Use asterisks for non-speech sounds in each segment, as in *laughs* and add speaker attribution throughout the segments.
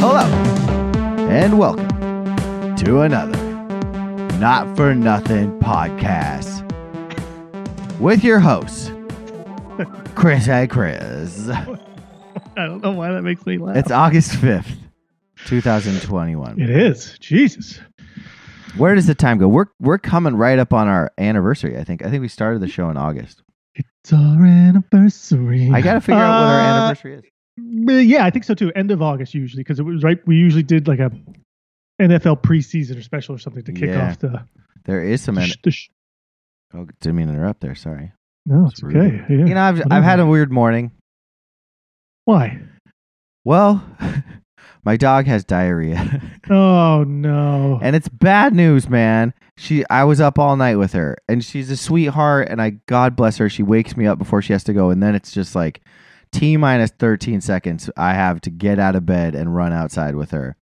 Speaker 1: Hello, and welcome to another Not for Nothing podcast with your hosts, Chris and Chris.
Speaker 2: I don't know why that makes me laugh.
Speaker 1: It's August 5th, 2021.
Speaker 2: it is. Jesus.
Speaker 1: Where does the time go? We're, we're coming right up on our anniversary, I think. I think we started the show in August.
Speaker 2: It's our anniversary.
Speaker 1: I got to figure out what our
Speaker 2: Uh,
Speaker 1: anniversary is.
Speaker 2: But yeah, I think so too. End of August usually, because it was right. We usually did like a NFL preseason or special or something to kick
Speaker 1: Yeah.
Speaker 2: off the.
Speaker 1: There is some.
Speaker 2: the
Speaker 1: An-
Speaker 2: sh- the sh-
Speaker 1: oh, didn't mean to interrupt there. Sorry.
Speaker 2: no,
Speaker 1: It's
Speaker 2: it's
Speaker 1: rude.
Speaker 2: okay. Yeah.
Speaker 1: You know, I've, I've had a weird morning.
Speaker 2: Why?
Speaker 1: Well, *laughs* my dog has diarrhea.
Speaker 2: Oh no.
Speaker 1: and it's bad news, man. She, I was up all night with her, and she's a sweetheart. And I, God bless her, she wakes me up before she has to go, and then it's just like t minus thirteen seconds I have to get out of bed and run outside with her.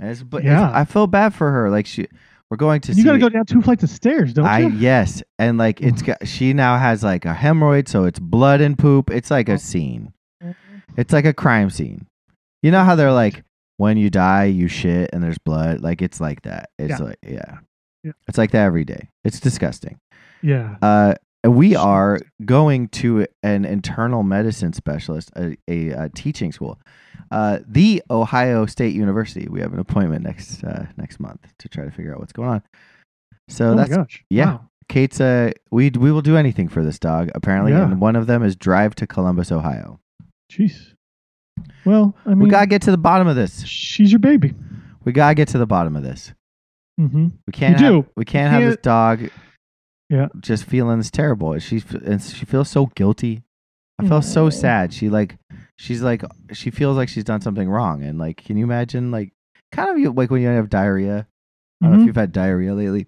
Speaker 1: And it's, but it's-
Speaker 2: Yeah.
Speaker 1: I feel bad for her. Like she, we're going to.
Speaker 2: you got to
Speaker 1: see-
Speaker 2: go down two flights of stairs, don't
Speaker 1: I
Speaker 2: you?
Speaker 1: yes, and like
Speaker 2: *sighs*
Speaker 1: it's got. She now has like a hemorrhoid, so it's blood and poop. It's like a scene. It's like a crime scene. You know how they're like, when you die, you shit, and there's blood. Like it's like that. It's
Speaker 2: Yeah.
Speaker 1: like yeah.
Speaker 2: Yeah.
Speaker 1: it's like that every day. It's disgusting.
Speaker 2: Yeah.
Speaker 1: Uh, and we are going to an internal medicine specialist, a, a, uh teaching school, uh, the Ohio State University. We have an appointment next uh, next month to try to figure out what's going on. So
Speaker 2: oh my
Speaker 1: that's
Speaker 2: gosh.
Speaker 1: yeah.
Speaker 2: Wow.
Speaker 1: Kate's uh we we will do anything for this dog apparently
Speaker 2: Yeah.
Speaker 1: and one of them is drive to Columbus Ohio.
Speaker 2: Jeez. Well, I mean,
Speaker 1: we got to get to the bottom of this.
Speaker 2: she's your baby.
Speaker 1: We got to get to the bottom of this.
Speaker 2: Mm-hmm.
Speaker 1: We can't
Speaker 2: You
Speaker 1: have,
Speaker 2: do.
Speaker 1: we can't have this
Speaker 2: can't-
Speaker 1: dog
Speaker 2: Yeah.
Speaker 1: just feeling this terrible. She f- and she feels so guilty. I felt so
Speaker 2: Aw.
Speaker 1: sad. She like she's like she feels like she's done something wrong and like can you imagine like kind of you- like when you have diarrhea. I
Speaker 2: Mm-hmm.
Speaker 1: don't know if you've had diarrhea lately.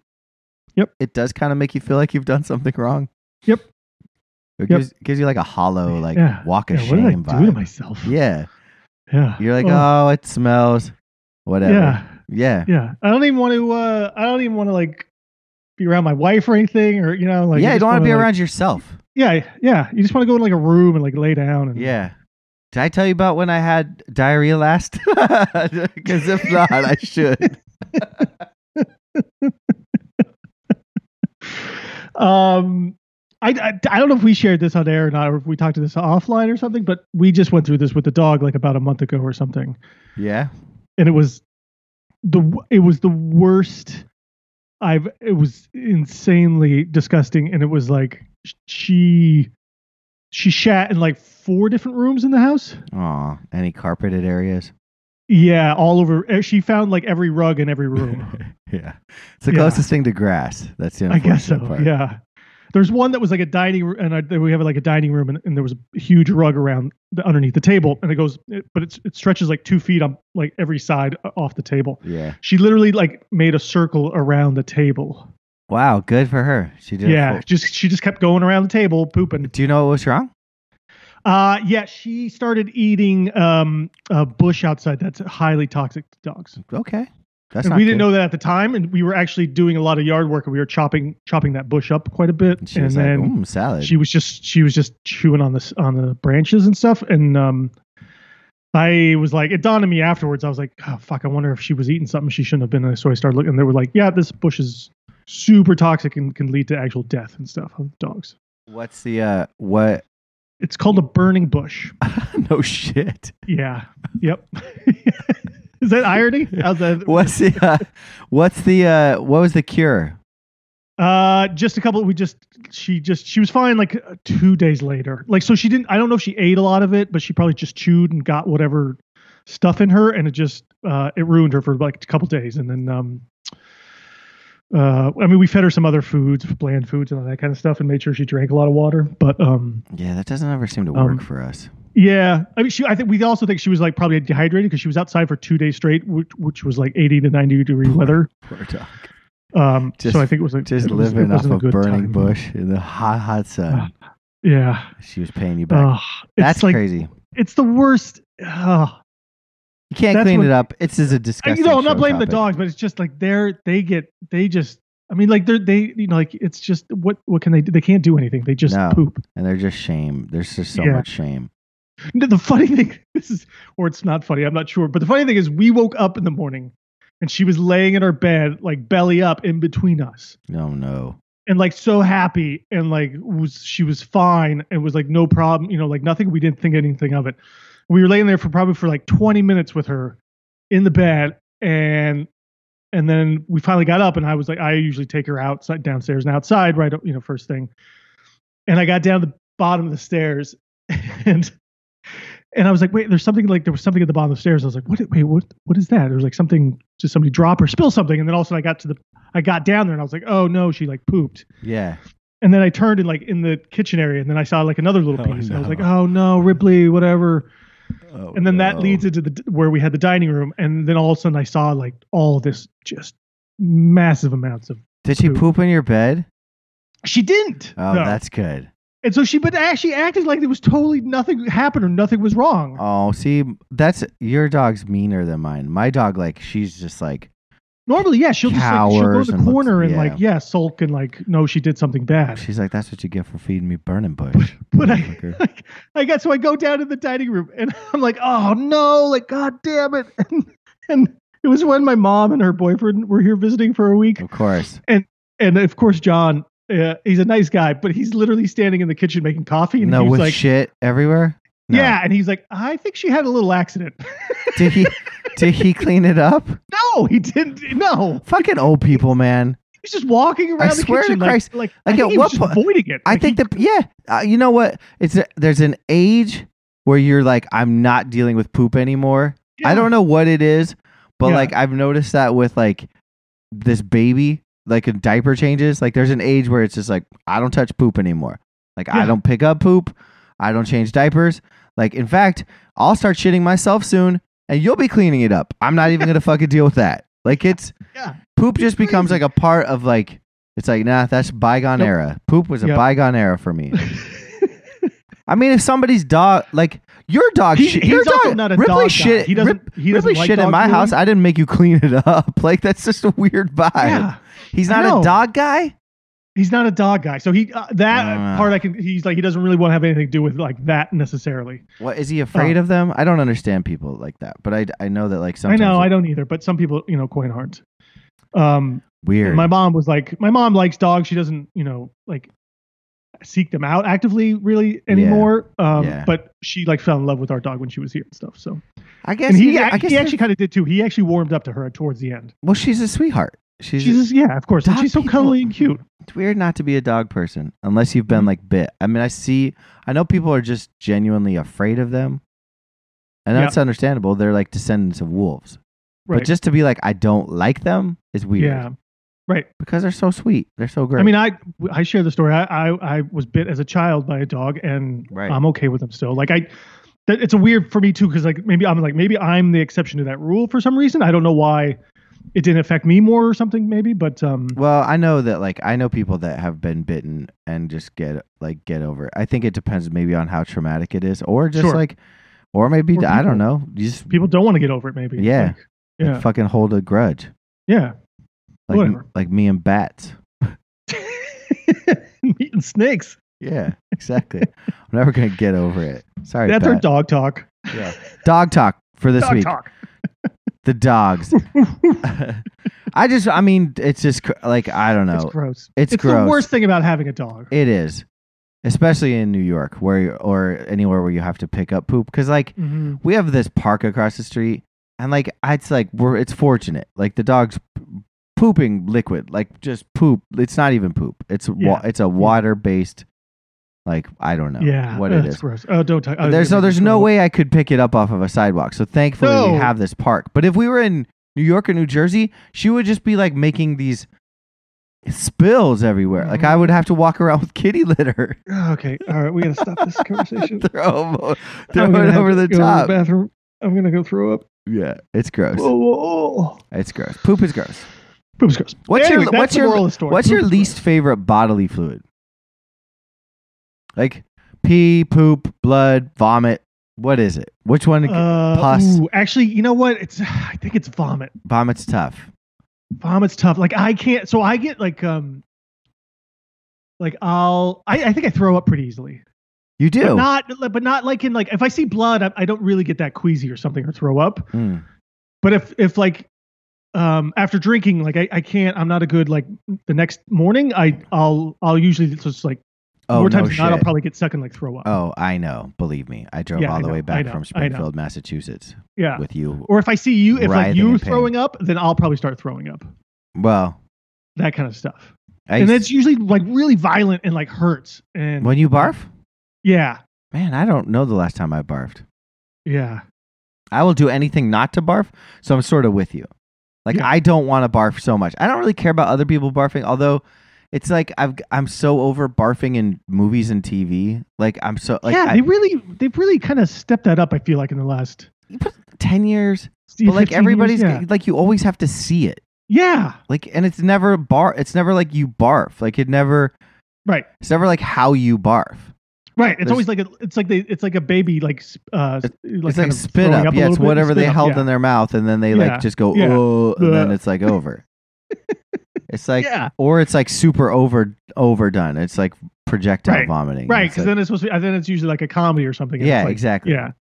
Speaker 2: Yep.
Speaker 1: It does kind of make you feel like you've done something wrong.
Speaker 2: Yep.
Speaker 1: It
Speaker 2: Yep.
Speaker 1: gives, gives you like a hollow, like
Speaker 2: Yeah.
Speaker 1: walk of
Speaker 2: Yeah, what did I
Speaker 1: shame
Speaker 2: do to
Speaker 1: vibe.
Speaker 2: myself?
Speaker 1: yeah.
Speaker 2: Yeah.
Speaker 1: You're like,
Speaker 2: Oh.
Speaker 1: oh, it smells. Whatever. Yeah.
Speaker 2: Yeah, yeah. I don't even want to. Uh, I don't even want to like be around my wife or anything, or you know, like
Speaker 1: yeah.
Speaker 2: I
Speaker 1: You
Speaker 2: just
Speaker 1: don't want to
Speaker 2: wanna,
Speaker 1: be
Speaker 2: like-
Speaker 1: around yourself.
Speaker 2: Yeah, yeah. You just want to go in like a room and like lay down. And,
Speaker 1: Yeah. Did I tell you about when I had diarrhea last? *laughs* Because if
Speaker 2: *laughs*
Speaker 1: not, I should.
Speaker 2: Um, I, I I don't know if we shared this on air or not, or if we talked to this offline or something, but we just went through this with the dog like about a month ago or something,
Speaker 1: Yeah.
Speaker 2: and it was the w- it was the worst. I've it was insanely disgusting, and it was like sh- she she shat in like four different rooms in the house.
Speaker 1: Aw. Any carpeted areas?
Speaker 2: Yeah, all over. eh, She found like every rug in every room.
Speaker 1: *laughs* yeah. It's the
Speaker 2: Yeah.
Speaker 1: closest thing to grass. That's the
Speaker 2: I
Speaker 1: unfortunate
Speaker 2: guess so.
Speaker 1: part.
Speaker 2: Yeah. There's one that was like a dining room, and I, we have like a dining room, and, and there was a huge rug around the, underneath the table, and it goes, it, but it's, it stretches like two feet on like every side o- off the table.
Speaker 1: Yeah.
Speaker 2: She literally like made a circle around the table.
Speaker 1: Wow. Good for her. She did. a
Speaker 2: yeah,
Speaker 1: full-
Speaker 2: just she just kept going around the table pooping.
Speaker 1: Do you know what was wrong?
Speaker 2: Uh, yeah, she started eating um a bush outside that's highly toxic to dogs.
Speaker 1: Okay. That's
Speaker 2: and
Speaker 1: not
Speaker 2: we didn't
Speaker 1: good.
Speaker 2: know that at the time, and we were actually doing a lot of yard work, and we were chopping chopping that bush up quite a bit.
Speaker 1: And
Speaker 2: And,
Speaker 1: she was like,
Speaker 2: then
Speaker 1: mm, salad.
Speaker 2: she was just she was just chewing on this on the branches and stuff. And um, I was like, it dawned on me afterwards. I was like, oh, fuck, I wonder if she was eating something she shouldn't have been. And so I started looking, and they were like, yeah, this bush is super toxic and can lead to actual death and stuff of dogs.
Speaker 1: What's the uh what *laughs*
Speaker 2: It's called a burning bush.
Speaker 1: no shit.
Speaker 2: Yeah. Yep. *laughs* is
Speaker 1: *laughs*
Speaker 2: that irony? How's that?
Speaker 1: What's the uh, what's the uh what was the cure?
Speaker 2: Uh, just a couple. We just she just she was fine like uh, two days later. Like so she didn't. I don't know if she ate a lot of it, but she probably just chewed and got whatever stuff in her, and it just uh it ruined her for like a couple days. And then um, uh, I mean we fed her some other foods, bland foods, and all that kind of stuff, and made sure she drank a lot of water. But um,
Speaker 1: Yeah, that doesn't ever seem to work
Speaker 2: Um,
Speaker 1: for us.
Speaker 2: yeah, I mean she. I think we also think she was like probably dehydrated because she was outside for two days straight, which, which was like eighty to ninety degree weather.
Speaker 1: Poor dog.
Speaker 2: Um,
Speaker 1: Just-
Speaker 2: so I think it was like
Speaker 1: Just
Speaker 2: it was- it
Speaker 1: living off
Speaker 2: wasn't a
Speaker 1: a
Speaker 2: good
Speaker 1: burning
Speaker 2: time.
Speaker 1: bush in the hot, hot sun.
Speaker 2: Yeah.
Speaker 1: she was paying you back.
Speaker 2: Ugh,
Speaker 1: that's
Speaker 2: Ah, it's like
Speaker 1: crazy.
Speaker 2: it's the worst. Ugh.
Speaker 1: You can't
Speaker 2: that's
Speaker 1: clean
Speaker 2: what- Uh,
Speaker 1: it up. It's just a disgusting.
Speaker 2: you know, I'm not
Speaker 1: show
Speaker 2: blaming
Speaker 1: topic.
Speaker 2: the dogs, but it's just like they're they get they just I mean, like they're they you know like it's just what what can they do? They can't do anything. They just
Speaker 1: No.
Speaker 2: poop.
Speaker 1: and they're just shame. There's just so
Speaker 2: Yeah.
Speaker 1: much shame.
Speaker 2: No, the funny *laughs* thing this is or it's not funny i'm not sure but the funny thing is we woke up in the morning and she was laying in her bed like belly up in between us
Speaker 1: No, no.
Speaker 2: and like so happy and like was she was fine and was like no problem you know like nothing we didn't think anything of it we were laying there for probably for like 20 minutes with her in the bed and and then we finally got up and i was like i usually take her outside downstairs and outside right you know first thing and i got down the bottom of the stairs *laughs* and and i was like wait there's something like there was something at the bottom of the stairs i was like what wait what what is that there was like something just somebody drop or spill something and then also i got to the i got down there and i was like oh no she like pooped
Speaker 1: Yeah.
Speaker 2: and then I turned and like in the kitchen area, and then I saw like another little
Speaker 1: Oh,
Speaker 2: piece. and I was
Speaker 1: no.
Speaker 2: like, "Oh no, Ripley, whatever."
Speaker 1: Oh,
Speaker 2: And then that leads into the where we had the dining room, and then all of a sudden I saw like all this just massive amounts of.
Speaker 1: Did she
Speaker 2: poop.
Speaker 1: poop in your bed?
Speaker 2: She didn't.
Speaker 1: Oh,
Speaker 2: no.
Speaker 1: that's good.
Speaker 2: and so she, but actually acted like there was totally nothing happened or nothing was wrong.
Speaker 1: Oh, see, that's your dog's meaner than mine. My dog, like, she's just like,
Speaker 2: Normally, yeah, she'll just like, she'll go
Speaker 1: Cowers
Speaker 2: in
Speaker 1: and
Speaker 2: the
Speaker 1: looks-
Speaker 2: corner and
Speaker 1: yeah.
Speaker 2: like yeah, sulk and like no, she did something bad.
Speaker 1: she's like, that's what you get for feeding me burning
Speaker 2: *laughs*
Speaker 1: bush.
Speaker 2: But I,
Speaker 1: motherfucker."
Speaker 2: like, I got so I go down to the dining room and *laughs* I'm like, oh no, like god damn it. *laughs* And, and it was when my mom and her boyfriend were here visiting for a week,
Speaker 1: of course.
Speaker 2: and of course John, uh, he's a nice guy, but he's literally standing in the kitchen making coffee, and
Speaker 1: No,
Speaker 2: he's
Speaker 1: with
Speaker 2: like,
Speaker 1: shit everywhere. No.
Speaker 2: yeah, and he's like, I think she had a little accident. *laughs*
Speaker 1: Did he? did he clean it up?
Speaker 2: no, he didn't. No,
Speaker 1: Fucking old people, man.
Speaker 2: he's just walking around the
Speaker 1: swear to
Speaker 2: kitchen like-
Speaker 1: Christ, like,
Speaker 2: like, I
Speaker 1: at
Speaker 2: think he
Speaker 1: what
Speaker 2: was just
Speaker 1: point-
Speaker 2: avoiding it.
Speaker 1: I
Speaker 2: Like,
Speaker 1: think
Speaker 2: he-
Speaker 1: the yeah, uh, you know what? It's a, there's an age where you're like, I'm not dealing with poop anymore. I
Speaker 2: yeah.
Speaker 1: don't know what it is, but
Speaker 2: Yeah.
Speaker 1: like I've noticed that with like this baby, like a diaper changes. Like there's an age where it's just like I don't touch poop anymore. Like I
Speaker 2: Yeah.
Speaker 1: don't pick up poop. I don't change diapers. Like in fact, I'll start shitting myself soon, and you'll be cleaning it up. I'm not even gonna fucking deal with that. Like it's
Speaker 2: Yeah.
Speaker 1: poop just becomes like
Speaker 2: Crazy.
Speaker 1: a part of like it's like nah that's bygone
Speaker 2: Yep.
Speaker 1: era. Poop was a
Speaker 2: Yep.
Speaker 1: bygone era for
Speaker 2: *laughs*
Speaker 1: me. I mean, if somebody's dog, like your dog,
Speaker 2: He-
Speaker 1: oh, shit,
Speaker 2: he's
Speaker 1: your
Speaker 2: also
Speaker 1: dog,
Speaker 2: not a
Speaker 1: Ripley
Speaker 2: dog guy.
Speaker 1: shit,
Speaker 2: He doesn't-
Speaker 1: Rip-
Speaker 2: he doesn't
Speaker 1: Ripley
Speaker 2: like
Speaker 1: shit in
Speaker 2: dogs
Speaker 1: my
Speaker 2: really.
Speaker 1: house. I didn't make you *laughs* clean it up. Like that's just a weird vibe.
Speaker 2: yeah.
Speaker 1: He's
Speaker 2: I
Speaker 1: not a
Speaker 2: know.
Speaker 1: dog guy.
Speaker 2: He's not a dog guy, so he uh, that
Speaker 1: Ah.
Speaker 2: part I can. He's like he doesn't really want to have anything to do with like that necessarily.
Speaker 1: What is he afraid of them? I don't understand people like that. But I, I know that like
Speaker 2: Oh. I
Speaker 1: sometimes
Speaker 2: know
Speaker 1: it-
Speaker 2: I don't either, but some people you know coin aren't. Um,
Speaker 1: weird.
Speaker 2: my mom was like, my mom likes dogs. She doesn't you know like seek them out actively really anymore. Um,
Speaker 1: Yeah.
Speaker 2: but she like fell in love with our dog when she was here and stuff. So
Speaker 1: I guess
Speaker 2: and he,
Speaker 1: I
Speaker 2: ac-
Speaker 1: guess
Speaker 2: he
Speaker 1: they're-
Speaker 2: actually kind of did too. He actually warmed up to her towards the end.
Speaker 1: well, she's a sweetheart. She's,
Speaker 2: She's just, yeah, of course, and
Speaker 1: Dog
Speaker 2: she's so
Speaker 1: people-
Speaker 2: cuddly and cute.
Speaker 1: it's weird not to be a dog person unless you've been
Speaker 2: Mhm.
Speaker 1: like bit. I mean, I see. I know people are just genuinely afraid of them, and
Speaker 2: Yeah.
Speaker 1: that's understandable. They're like descendants of wolves.
Speaker 2: Right.
Speaker 1: But just to be like, I don't like them is weird.
Speaker 2: yeah. Right.
Speaker 1: Because they're so sweet. They're so great.
Speaker 2: I mean, I I share the story. I, I I was bit as a child by a dog, and
Speaker 1: Right.
Speaker 2: I'm okay with them still. Like I, that, it's a weird for me too, because like maybe I'm like maybe I'm the exception to that rule for some reason. I don't know why it didn't affect me more or something. Maybe, but um,
Speaker 1: well, I know that like I know people that have been bitten and just get like get over it. I think it depends maybe on how traumatic it is, or just
Speaker 2: Sure.
Speaker 1: like, or maybe
Speaker 2: Or
Speaker 1: I don't
Speaker 2: people.
Speaker 1: know. You just
Speaker 2: people don't want to get over it. Maybe. It's
Speaker 1: Yeah.
Speaker 2: like-
Speaker 1: like,
Speaker 2: yeah.
Speaker 1: fucking hold a grudge,
Speaker 2: Yeah.
Speaker 1: like
Speaker 2: Whatever.
Speaker 1: like me and bats.
Speaker 2: *laughs* Meeting snakes.
Speaker 1: Yeah, exactly. I'm never gonna get over it. Sorry,
Speaker 2: That's our
Speaker 1: bat.
Speaker 2: dog talk.
Speaker 1: Yeah. dog talk for this
Speaker 2: dog
Speaker 1: week.
Speaker 2: talk.
Speaker 1: The
Speaker 2: *laughs*
Speaker 1: dogs. *laughs* I just, I mean, it's just cr- like I don't know.
Speaker 2: It's gross.
Speaker 1: It's
Speaker 2: the
Speaker 1: gross.
Speaker 2: worst thing about having a dog.
Speaker 1: It is, especially in New York, where or anywhere where you have to pick up poop. Because like
Speaker 2: Mhm.
Speaker 1: we have this park across the street, and like it's like we're it's fortunate. Like the dog's p- pooping liquid, like just poop. It's not even poop. It's wa-
Speaker 2: Yeah.
Speaker 1: it's a water based, like I don't know
Speaker 2: Yeah.
Speaker 1: what
Speaker 2: Ugh,
Speaker 1: it
Speaker 2: it's
Speaker 1: is.
Speaker 2: gross. Oh, don't talk.
Speaker 1: But there's so there's no way I could pick it up off of a sidewalk. So thankfully we
Speaker 2: No.
Speaker 1: have this park. But if we were in New York or New Jersey, she would just be like making these spills everywhere. Like I would have to walk around with kitty litter. *laughs*
Speaker 2: Oh, Okay. All right. We gotta stop this conversation.
Speaker 1: throw 'em
Speaker 2: *laughs*
Speaker 1: o- *laughs* throw
Speaker 2: I'm Oh, gonna
Speaker 1: it
Speaker 2: have
Speaker 1: over
Speaker 2: to
Speaker 1: the
Speaker 2: go to
Speaker 1: top.
Speaker 2: bathroom. I'm gonna go throw up.
Speaker 1: yeah, it's gross.
Speaker 2: Whoa, whoa, whoa.
Speaker 1: It's gross. Poop is gross.
Speaker 2: Poop's gross.
Speaker 1: What's
Speaker 2: Anyway,
Speaker 1: your
Speaker 2: that's
Speaker 1: what's
Speaker 2: the
Speaker 1: your
Speaker 2: moral of the story.
Speaker 1: what's your
Speaker 2: Poop's
Speaker 1: least favorite bodily fluid? Like pee, poop, blood, vomit. What is it? Which one?
Speaker 2: gross. Uh,
Speaker 1: pus?
Speaker 2: *sighs* ooh, actually, you know what? It's I think it's vomit.
Speaker 1: Vomit's tough.
Speaker 2: Vomit's tough. Like I can't. So I get like um, like I'll. I, I think I throw up pretty easily.
Speaker 1: You do.
Speaker 2: But not, but not like in like if I see blood, I, I don't really get that queasy or something or throw up.
Speaker 1: Mm.
Speaker 2: But if if like um after drinking, like I, I can't. I'm not a good like the next morning. I I'll I'll usually just like
Speaker 1: Oh,
Speaker 2: more
Speaker 1: no
Speaker 2: times than not. I'll
Speaker 1: shit.
Speaker 2: probably get stuck and like throw up.
Speaker 1: Oh, I know. Believe me, I drove
Speaker 2: Yeah,
Speaker 1: all
Speaker 2: I
Speaker 1: the
Speaker 2: know,
Speaker 1: way
Speaker 2: I
Speaker 1: back
Speaker 2: know, I know.
Speaker 1: from Springfield, Massachusetts,
Speaker 2: yeah.
Speaker 1: with you.
Speaker 2: Or if I see you, if like
Speaker 1: Writhing
Speaker 2: you're
Speaker 1: in pain.
Speaker 2: throwing up, then I'll probably start throwing up.
Speaker 1: Well,
Speaker 2: That kind of stuff.
Speaker 1: I
Speaker 2: and
Speaker 1: used-
Speaker 2: it's usually like really violent and like hurts. And
Speaker 1: when you barf,
Speaker 2: yeah,
Speaker 1: man, I don't know the last time I barfed.
Speaker 2: yeah,
Speaker 1: I will do anything not to barf, so I'm sort of with you. Like
Speaker 2: Yeah.
Speaker 1: I don't want to barf so much. I don't really care about other people barfing, although it's like I've I'm so over barfing in movies and TV. Like I'm so like
Speaker 2: yeah.
Speaker 1: I-
Speaker 2: they really, they've really kind of stepped that up. I feel like in the last,
Speaker 1: ten years, but like
Speaker 2: 15 years,
Speaker 1: everybody's
Speaker 2: yeah.
Speaker 1: like you always have to see it.
Speaker 2: yeah,
Speaker 1: Like and it's never bar. It's never like you barf. Like it never.
Speaker 2: right,
Speaker 1: It's never like how you barf.
Speaker 2: right. It's
Speaker 1: There's-
Speaker 2: always like a, it's like they, it's like a baby, like, s- uh, s-
Speaker 1: It's
Speaker 2: kind
Speaker 1: like
Speaker 2: of
Speaker 1: spit
Speaker 2: throwing
Speaker 1: up.
Speaker 2: a
Speaker 1: yeah,
Speaker 2: little
Speaker 1: it's
Speaker 2: bit,
Speaker 1: whatever
Speaker 2: spit
Speaker 1: they
Speaker 2: up,
Speaker 1: held
Speaker 2: yeah.
Speaker 1: in their mouth, and then they
Speaker 2: Yeah,
Speaker 1: like just go
Speaker 2: yeah.
Speaker 1: oh, and then
Speaker 2: Bleh.
Speaker 1: it's like
Speaker 2: *laughs*
Speaker 1: over. it's like
Speaker 2: yeah,
Speaker 1: or it's like super over overdone. It's like projectile
Speaker 2: Right,
Speaker 1: vomiting.
Speaker 2: right.
Speaker 1: It's
Speaker 2: Because
Speaker 1: like-
Speaker 2: then it's supposed to. Be, then it's usually like a comedy or something. and it's
Speaker 1: yeah,
Speaker 2: like-
Speaker 1: exactly.
Speaker 2: Yeah,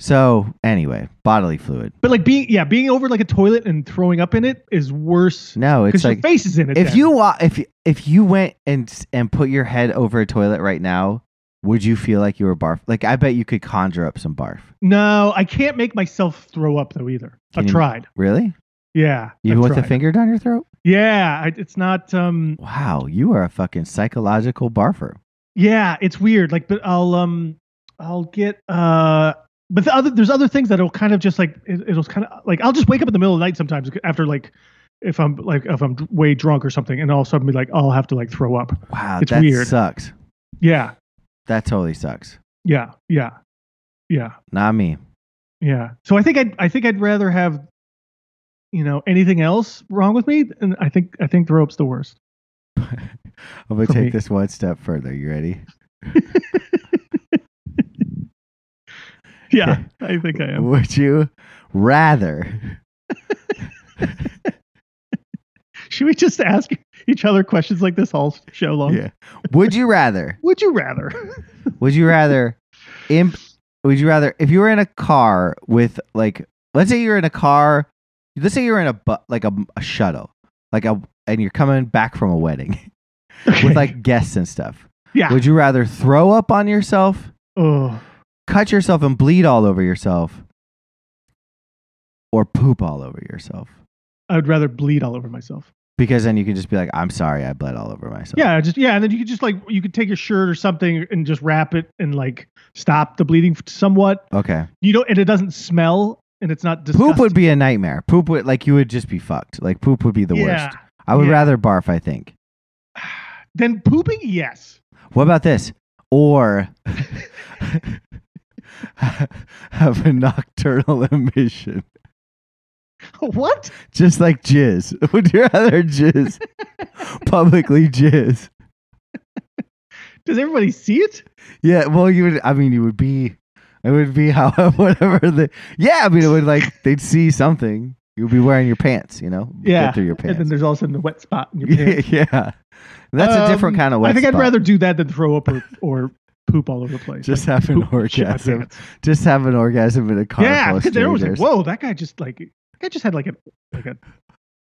Speaker 1: So anyway, bodily fluid.
Speaker 2: but like being yeah being over like a toilet and throwing up in it is worse
Speaker 1: No, it's
Speaker 2: because
Speaker 1: like
Speaker 2: your face is in it.
Speaker 1: if
Speaker 2: then.
Speaker 1: you wa- if if you went and s- and put your head over a toilet right now, would you feel like you were barf? Like I bet you could conjure up some barf.
Speaker 2: No, I can't make myself throw up though either.
Speaker 1: Can
Speaker 2: I've
Speaker 1: you-
Speaker 2: tried.
Speaker 1: Really?
Speaker 2: Yeah.
Speaker 1: Even
Speaker 2: I've
Speaker 1: with a
Speaker 2: tried.
Speaker 1: finger down your throat?
Speaker 2: Yeah, I, it's not. Um.
Speaker 1: Wow, you are a fucking psychological barfer.
Speaker 2: Yeah, it's weird. Like, but I'll um, I'll get uh. But the other there's other things that'll kind of just like it, it'll kind of like I'll just wake up in the middle of the night sometimes after like if I'm like if I'm dr- way drunk or something and all of a sudden be like I'll have to like throw up.
Speaker 1: Wow,
Speaker 2: It's
Speaker 1: that
Speaker 2: weird.
Speaker 1: sucks.
Speaker 2: Yeah.
Speaker 1: That totally sucks.
Speaker 2: Yeah. Yeah. Yeah.
Speaker 1: Not me.
Speaker 2: Yeah. So I think I'd I think I'd rather have you know anything else wrong with me and I think I think throw up's the worst.
Speaker 1: I'm gonna
Speaker 2: For
Speaker 1: take
Speaker 2: me.
Speaker 1: this one step further. You ready?
Speaker 2: Yeah, *laughs* I think I am.
Speaker 1: Would you rather?
Speaker 2: Should we just ask each other questions like this all show long?
Speaker 1: Yeah. Would you rather?
Speaker 2: Would you rather?
Speaker 1: Would you rather? Imp, would you rather? If you were in a car with like, let's say you're in a car. Let's say you're in a bu- like a, a shuttle, like a, and you're coming back from a wedding *laughs* *laughs* with like guests and stuff.
Speaker 2: *laughs* yeah.
Speaker 1: Would you rather throw up on yourself,
Speaker 2: oh,
Speaker 1: cut yourself, and bleed all over yourself, or poop all over yourself?
Speaker 2: I would rather bleed all over myself.
Speaker 1: Because then you can just be like, I'm sorry, I bled all over myself.
Speaker 2: Yeah, I just yeah, and then you could just like you could take your shirt or something and just wrap it and like stop the bleeding somewhat.
Speaker 1: Okay.
Speaker 2: You know, and it doesn't smell and it's not disgusting.
Speaker 1: Poop would be a nightmare. Poop would like you would just be fucked. Like poop would be the
Speaker 2: yeah.
Speaker 1: worst. I would
Speaker 2: yeah.
Speaker 1: rather barf, I think.
Speaker 2: Then pooping, yes. *laughs*
Speaker 1: What about this? Or *laughs* have a nocturnal emission.
Speaker 2: what?
Speaker 1: Just like jizz. *laughs* Would you rather
Speaker 2: *laughs*
Speaker 1: jizz? Publicly jizz.
Speaker 2: Does everybody see it?
Speaker 1: Yeah, well you would I mean you would be it would be *laughs* how whatever the Yeah, I mean it would
Speaker 2: *laughs*
Speaker 1: like they'd see something. You'd be wearing your pants, you know?
Speaker 2: Yeah,
Speaker 1: Get through your
Speaker 2: And then
Speaker 1: pants.
Speaker 2: there's all of a sudden a wet spot in your pants.
Speaker 1: *laughs* yeah. That's a different
Speaker 2: Um,
Speaker 1: kind of way.
Speaker 2: I think I'd rather do that than throw up or, or poop all over the place.
Speaker 1: Just
Speaker 2: Like,
Speaker 1: have an
Speaker 2: poop and shit my
Speaker 1: orgasm.
Speaker 2: pants.
Speaker 1: just have an orgasm in a car.
Speaker 2: Yeah, *laughs*
Speaker 1: full of
Speaker 2: because everyone's like,
Speaker 1: strangers.
Speaker 2: "Whoa, that guy just like that guy just had like a like a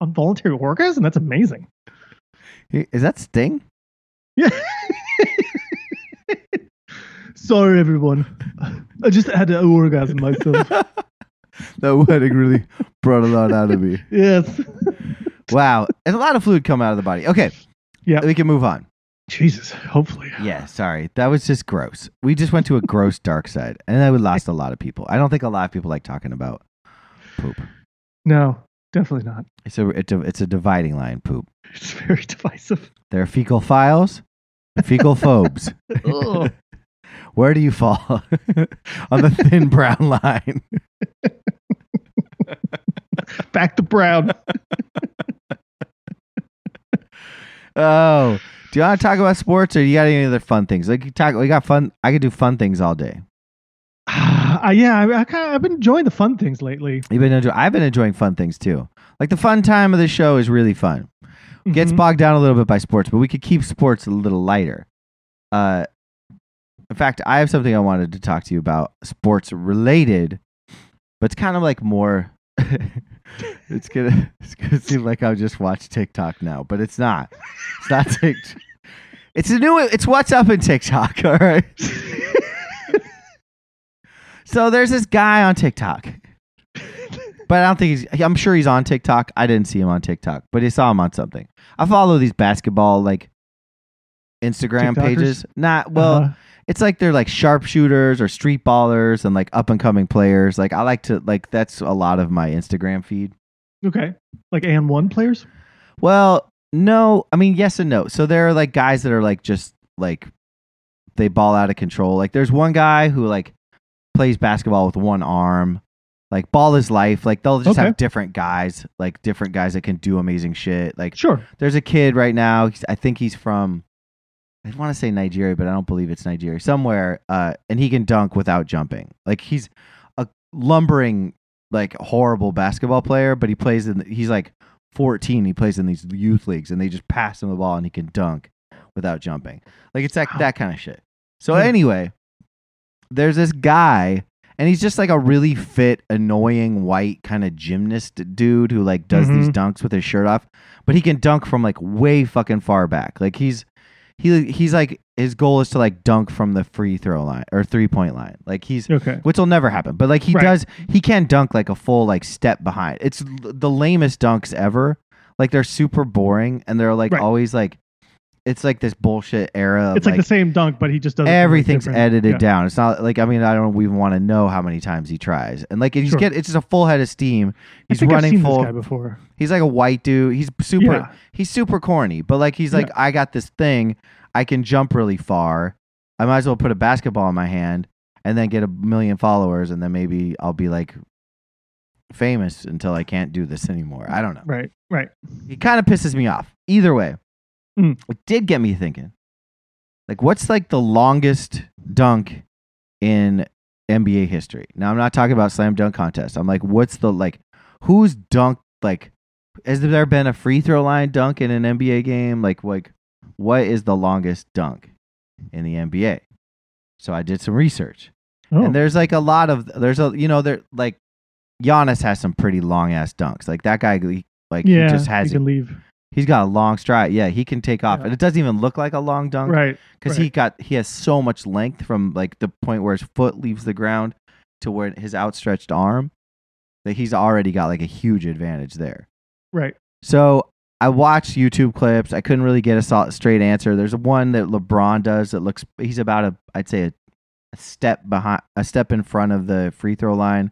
Speaker 2: involuntary orgasm. That's amazing."
Speaker 1: He- Is that Sting?
Speaker 2: Yeah. *laughs* Sorry, everyone. I just had an
Speaker 1: *laughs*
Speaker 2: orgasm myself.
Speaker 1: That wedding really brought a lot out of me.
Speaker 2: *laughs* yes.
Speaker 1: Wow, there's a lot of fluid coming out of the body. Okay,
Speaker 2: Yeah.
Speaker 1: we can move on.
Speaker 2: Jesus. Hopefully. *sighs*
Speaker 1: Yeah, sorry, that was just gross. We just went to a gross dark side, and that would lost a lot of people. I don't think a lot of people like talking about poop.
Speaker 2: No, definitely not.
Speaker 1: It's a it's a, it's a dividing line. Poop.
Speaker 2: It's very
Speaker 1: *laughs*
Speaker 2: divisive.
Speaker 1: There are fecal files, fecal phobes.
Speaker 2: Ugh.
Speaker 1: Where do you fall *laughs* on the thin brown line?
Speaker 2: Back to Brown.
Speaker 1: Oh, do you want to talk about sports, or you got any other fun things? Like you talk, we got fun. I could do fun things all day.
Speaker 2: uh, yeah, I, I kind of, I've been enjoying the fun things lately.
Speaker 1: You've been enjoy- I've been enjoying fun things too. Like the fun time of the show is really fun. Gets
Speaker 2: Mhm.
Speaker 1: bogged down a little bit by sports, but we could keep sports a little lighter. Uh, in fact, I have something I wanted to talk to you about sports related, but it's kind of like more. *laughs* it's gonna *laughs* it's gonna seem like I just watch TikTok now, but it's not. It's not TikTok. It's a new. It's what's up in TikTok. *laughs* All right. So there's this guy on TikTok. But I don't think he's I'm sure he's on TikTok. I didn't see him on TikTok, but I saw him on something. I follow these basketball like Instagram
Speaker 2: TikTokers?
Speaker 1: pages. Not well,
Speaker 2: Uh,
Speaker 1: it's like they're like sharpshooters or street ballers and like up and coming players. Like I like to like that's a lot of my Instagram feed.
Speaker 2: okay, like and one players.
Speaker 1: Well, no, I mean yes and no. So there are like guys that are like just like they ball out of control. Like there's one guy who like plays basketball with one arm. Like ball is life. Like they'll just
Speaker 2: Okay.
Speaker 1: have different guys, like different guys that can do amazing shit. Like
Speaker 2: Sure.
Speaker 1: there's a kid right now. He's, I think he's from, I want to say Nigeria, but I don't believe it's Nigeria. Somewhere, uh, and he can dunk without jumping. Like he's a lumbering, like horrible basketball player, but he plays in. He's like 14. He plays in these youth leagues, and they just pass him the ball, and he can dunk without jumping. Like it's that
Speaker 2: Wow.
Speaker 1: that kind of shit. So
Speaker 2: Yeah.
Speaker 1: anyway, there's this guy. And he's just like a really fit, annoying white kind of gymnast dude who like does these
Speaker 2: Mhm.
Speaker 1: dunks with his shirt off but he can dunk from like way fucking far back. Like he's he he's like his goal is to like dunk from the free throw line or three point line. Like he's
Speaker 2: Okay.
Speaker 1: which will never happen, but like he
Speaker 2: Right.
Speaker 1: does he can dunk like a full like step behind. It's l- the lamest dunks ever. Like they're super boring and they're like
Speaker 2: Right.
Speaker 1: always like it's like this bullshit era. of,
Speaker 2: It's like, the same dunk, but he just does it completely
Speaker 1: Uh, everything's
Speaker 2: different.
Speaker 1: edited
Speaker 2: Yeah.
Speaker 1: down. It's not like I mean I don't even want to know how many times he tries and like he's
Speaker 2: Sure.
Speaker 1: get it's just a full head of steam.
Speaker 2: I
Speaker 1: He's
Speaker 2: think I've
Speaker 1: running
Speaker 2: seen
Speaker 1: full.
Speaker 2: this guy before.
Speaker 1: He's like a white dude. He's super.
Speaker 2: Yeah.
Speaker 1: He's super corny, but like he's like, I got this thing. I can jump really far. I might as well put a basketball in my hand and then get a million followers, and then maybe I'll be like famous until I can't do this anymore. I don't know.
Speaker 2: Right. Right.
Speaker 1: He kind of pisses me off. Either way,
Speaker 2: Mm.
Speaker 1: it did get me thinking. Like, what's like the longest dunk in NBA history? Now, I'm not talking about slam dunk contest. I'm like, what's the like, who's dunked? Like, has there been a free throw line dunk in an NBA game? Like, like, what is the longest dunk in the NBA? So I did some research.
Speaker 2: Oh.
Speaker 1: And there's like a lot of there's a you know there like Giannis has some pretty long ass dunks. Like that guy he- like
Speaker 2: yeah.
Speaker 1: he just has
Speaker 2: he can
Speaker 1: it.
Speaker 2: leave.
Speaker 1: He's got a long stride. Yeah, he can take off.
Speaker 2: Yeah.
Speaker 1: And it doesn't even look like a long dunk
Speaker 2: Right.
Speaker 1: cuz he got he has so much length from like the point where his foot leaves the ground to where his outstretched arm that he's already got like a huge advantage there.
Speaker 2: Right.
Speaker 1: So I watched YouTube clips. I couldn't really get a sol- straight answer. There's one that LeBron does that looks. He's about a, I'd say a, a step behind, a step in front of the free throw line.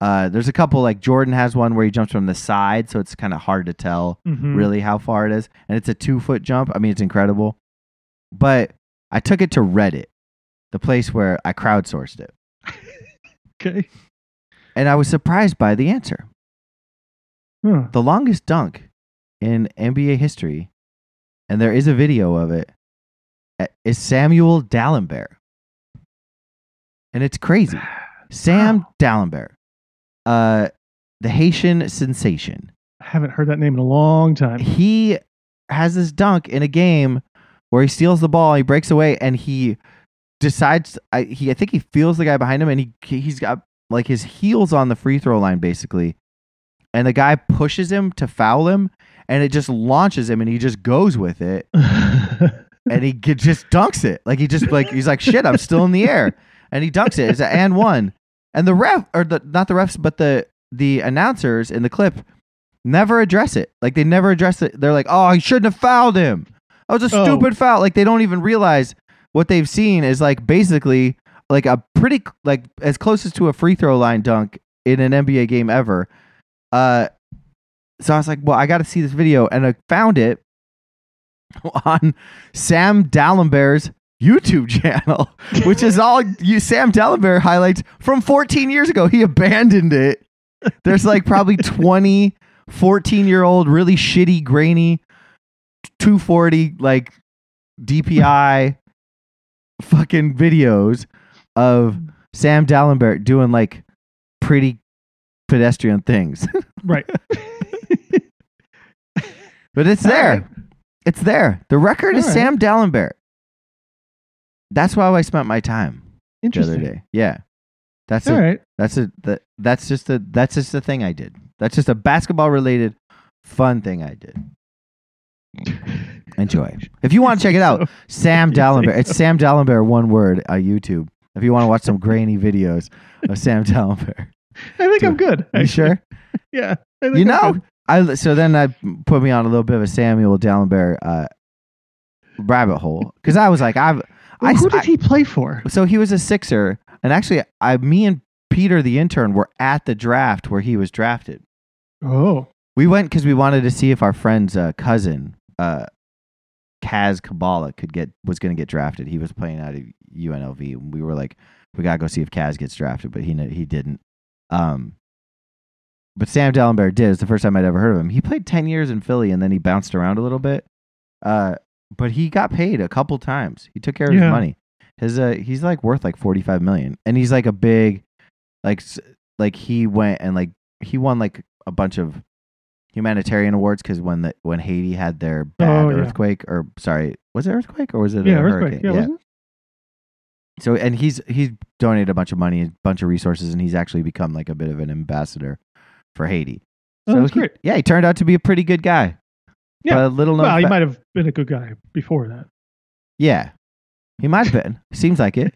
Speaker 1: Uh, there's a couple like Jordan has one where he jumps from the side, so it's kind of hard to tell
Speaker 2: Mhm.
Speaker 1: really how far it is. And it's a two foot jump. I mean, it's incredible. But I took it to Reddit, the place where I crowdsourced it,
Speaker 2: Okay.
Speaker 1: and I was surprised by the answer.
Speaker 2: Huh.
Speaker 1: the longest dunk in NBA history, and there is a video of it, uh, is Samuel Dallenberg. And it's crazy. Sam Dallenberg, uh, the Haitian sensation.
Speaker 2: I haven't heard that name in a
Speaker 1: *laughs*
Speaker 2: long time. *laughs*
Speaker 1: He has this dunk in a game where he steals the ball, he breaks away, and he decides. I, he, I think he feels the guy behind him, and he he's got like his heels on the free throw line basically, and the guy pushes him to foul him, and it just launches him, and he just goes with it, and he get, just dunks it. Like he just like he's like shit, I'm still in the air, and he dunks it. It's an and one, and the ref or the not the refs, but the the announcers in the clip never address it. Like they never address it. They're like, oh, he shouldn't have fouled him. That was a
Speaker 2: Oh.
Speaker 1: stupid foul. Like they don't even realize what they've seen is like basically like a pretty like as close as to a free throw line dunk in an NBA game ever. Uh, so I was like, well, I got to see this video, and I found it *laughs* on Sam Dallenberg's YouTube *laughs* channel, which is all you Sam Dallenberg highlights from 14 years ago. He abandoned it. There's like probably 20 14 year old, really shitty, grainy, 240 like DPI fucking videos of Sam Dallenberg doing like pretty pedestrian things. *laughs*
Speaker 2: right.
Speaker 1: But it's
Speaker 2: All
Speaker 1: there.
Speaker 2: right.
Speaker 1: It's there. The record is
Speaker 2: All right.
Speaker 1: Sam Dallenberg. That's how I spent my time the other
Speaker 2: Interesting.
Speaker 1: day. Yeah. That's
Speaker 2: All
Speaker 1: it.
Speaker 2: right. *laughs*
Speaker 1: That's a that, that's just a that's just a thing I did. That's just a basketball related fun thing I did. Enjoy. If you want to check it
Speaker 2: *laughs*
Speaker 1: out, Sam
Speaker 2: You say
Speaker 1: Dallenberg. It's Sam Dallenberg, one word on YouTube. If you want to watch some grainy videos of
Speaker 2: *laughs*
Speaker 1: Sam Dallenberg,
Speaker 2: I think
Speaker 1: Do-
Speaker 2: I'm good.
Speaker 1: you
Speaker 2: actually. *laughs*
Speaker 1: sure?
Speaker 2: Yeah. I think
Speaker 1: You
Speaker 2: I'm
Speaker 1: know,
Speaker 2: good.
Speaker 1: I so then I put me on a little bit of a Samuel Dallenberg uh, rabbit hole because I was like, I've I,
Speaker 2: who did
Speaker 1: I-
Speaker 2: he play for?
Speaker 1: so he was a sixer, and actually, I me and Peter the intern were at the draft where he was drafted.
Speaker 2: Oh,
Speaker 1: We went because we wanted to see if our friend's uh, cousin, uh, Kaz Kabbalah, could get was going to get drafted. He was playing out of UNLV, and we were like, we gotta go see if Kaz gets drafted, but he kn- he didn't. Um, but Sam Dallenberg did. It's the first time I'd ever heard of him. He played ten years in Philly, and then he bounced around a little bit. Uh, but he got paid a couple times. He took care of
Speaker 2: Yeah.
Speaker 1: his money. His uh, he's like worth like forty five million, and he's like a big, like s- like he went and like he won like a bunch of humanitarian awards because when the when Haiti had their bad
Speaker 2: Oh, yeah.
Speaker 1: earthquake or sorry was it earthquake or was it
Speaker 2: yeah,
Speaker 1: a
Speaker 2: earthquake.
Speaker 1: hurricane?
Speaker 2: Yeah, wasn't it?
Speaker 1: so and he's he's donated a bunch of money a bunch of resources and he's actually become like a bit of an ambassador for haiti
Speaker 2: Oh,
Speaker 1: so
Speaker 2: that's
Speaker 1: he-
Speaker 2: great.
Speaker 1: yeah he turned out to be a pretty good guy
Speaker 2: Yeah.
Speaker 1: But a little known
Speaker 2: Well, he
Speaker 1: fa-
Speaker 2: might have been a good guy before that.
Speaker 1: yeah he might have been seems like
Speaker 2: *laughs*
Speaker 1: it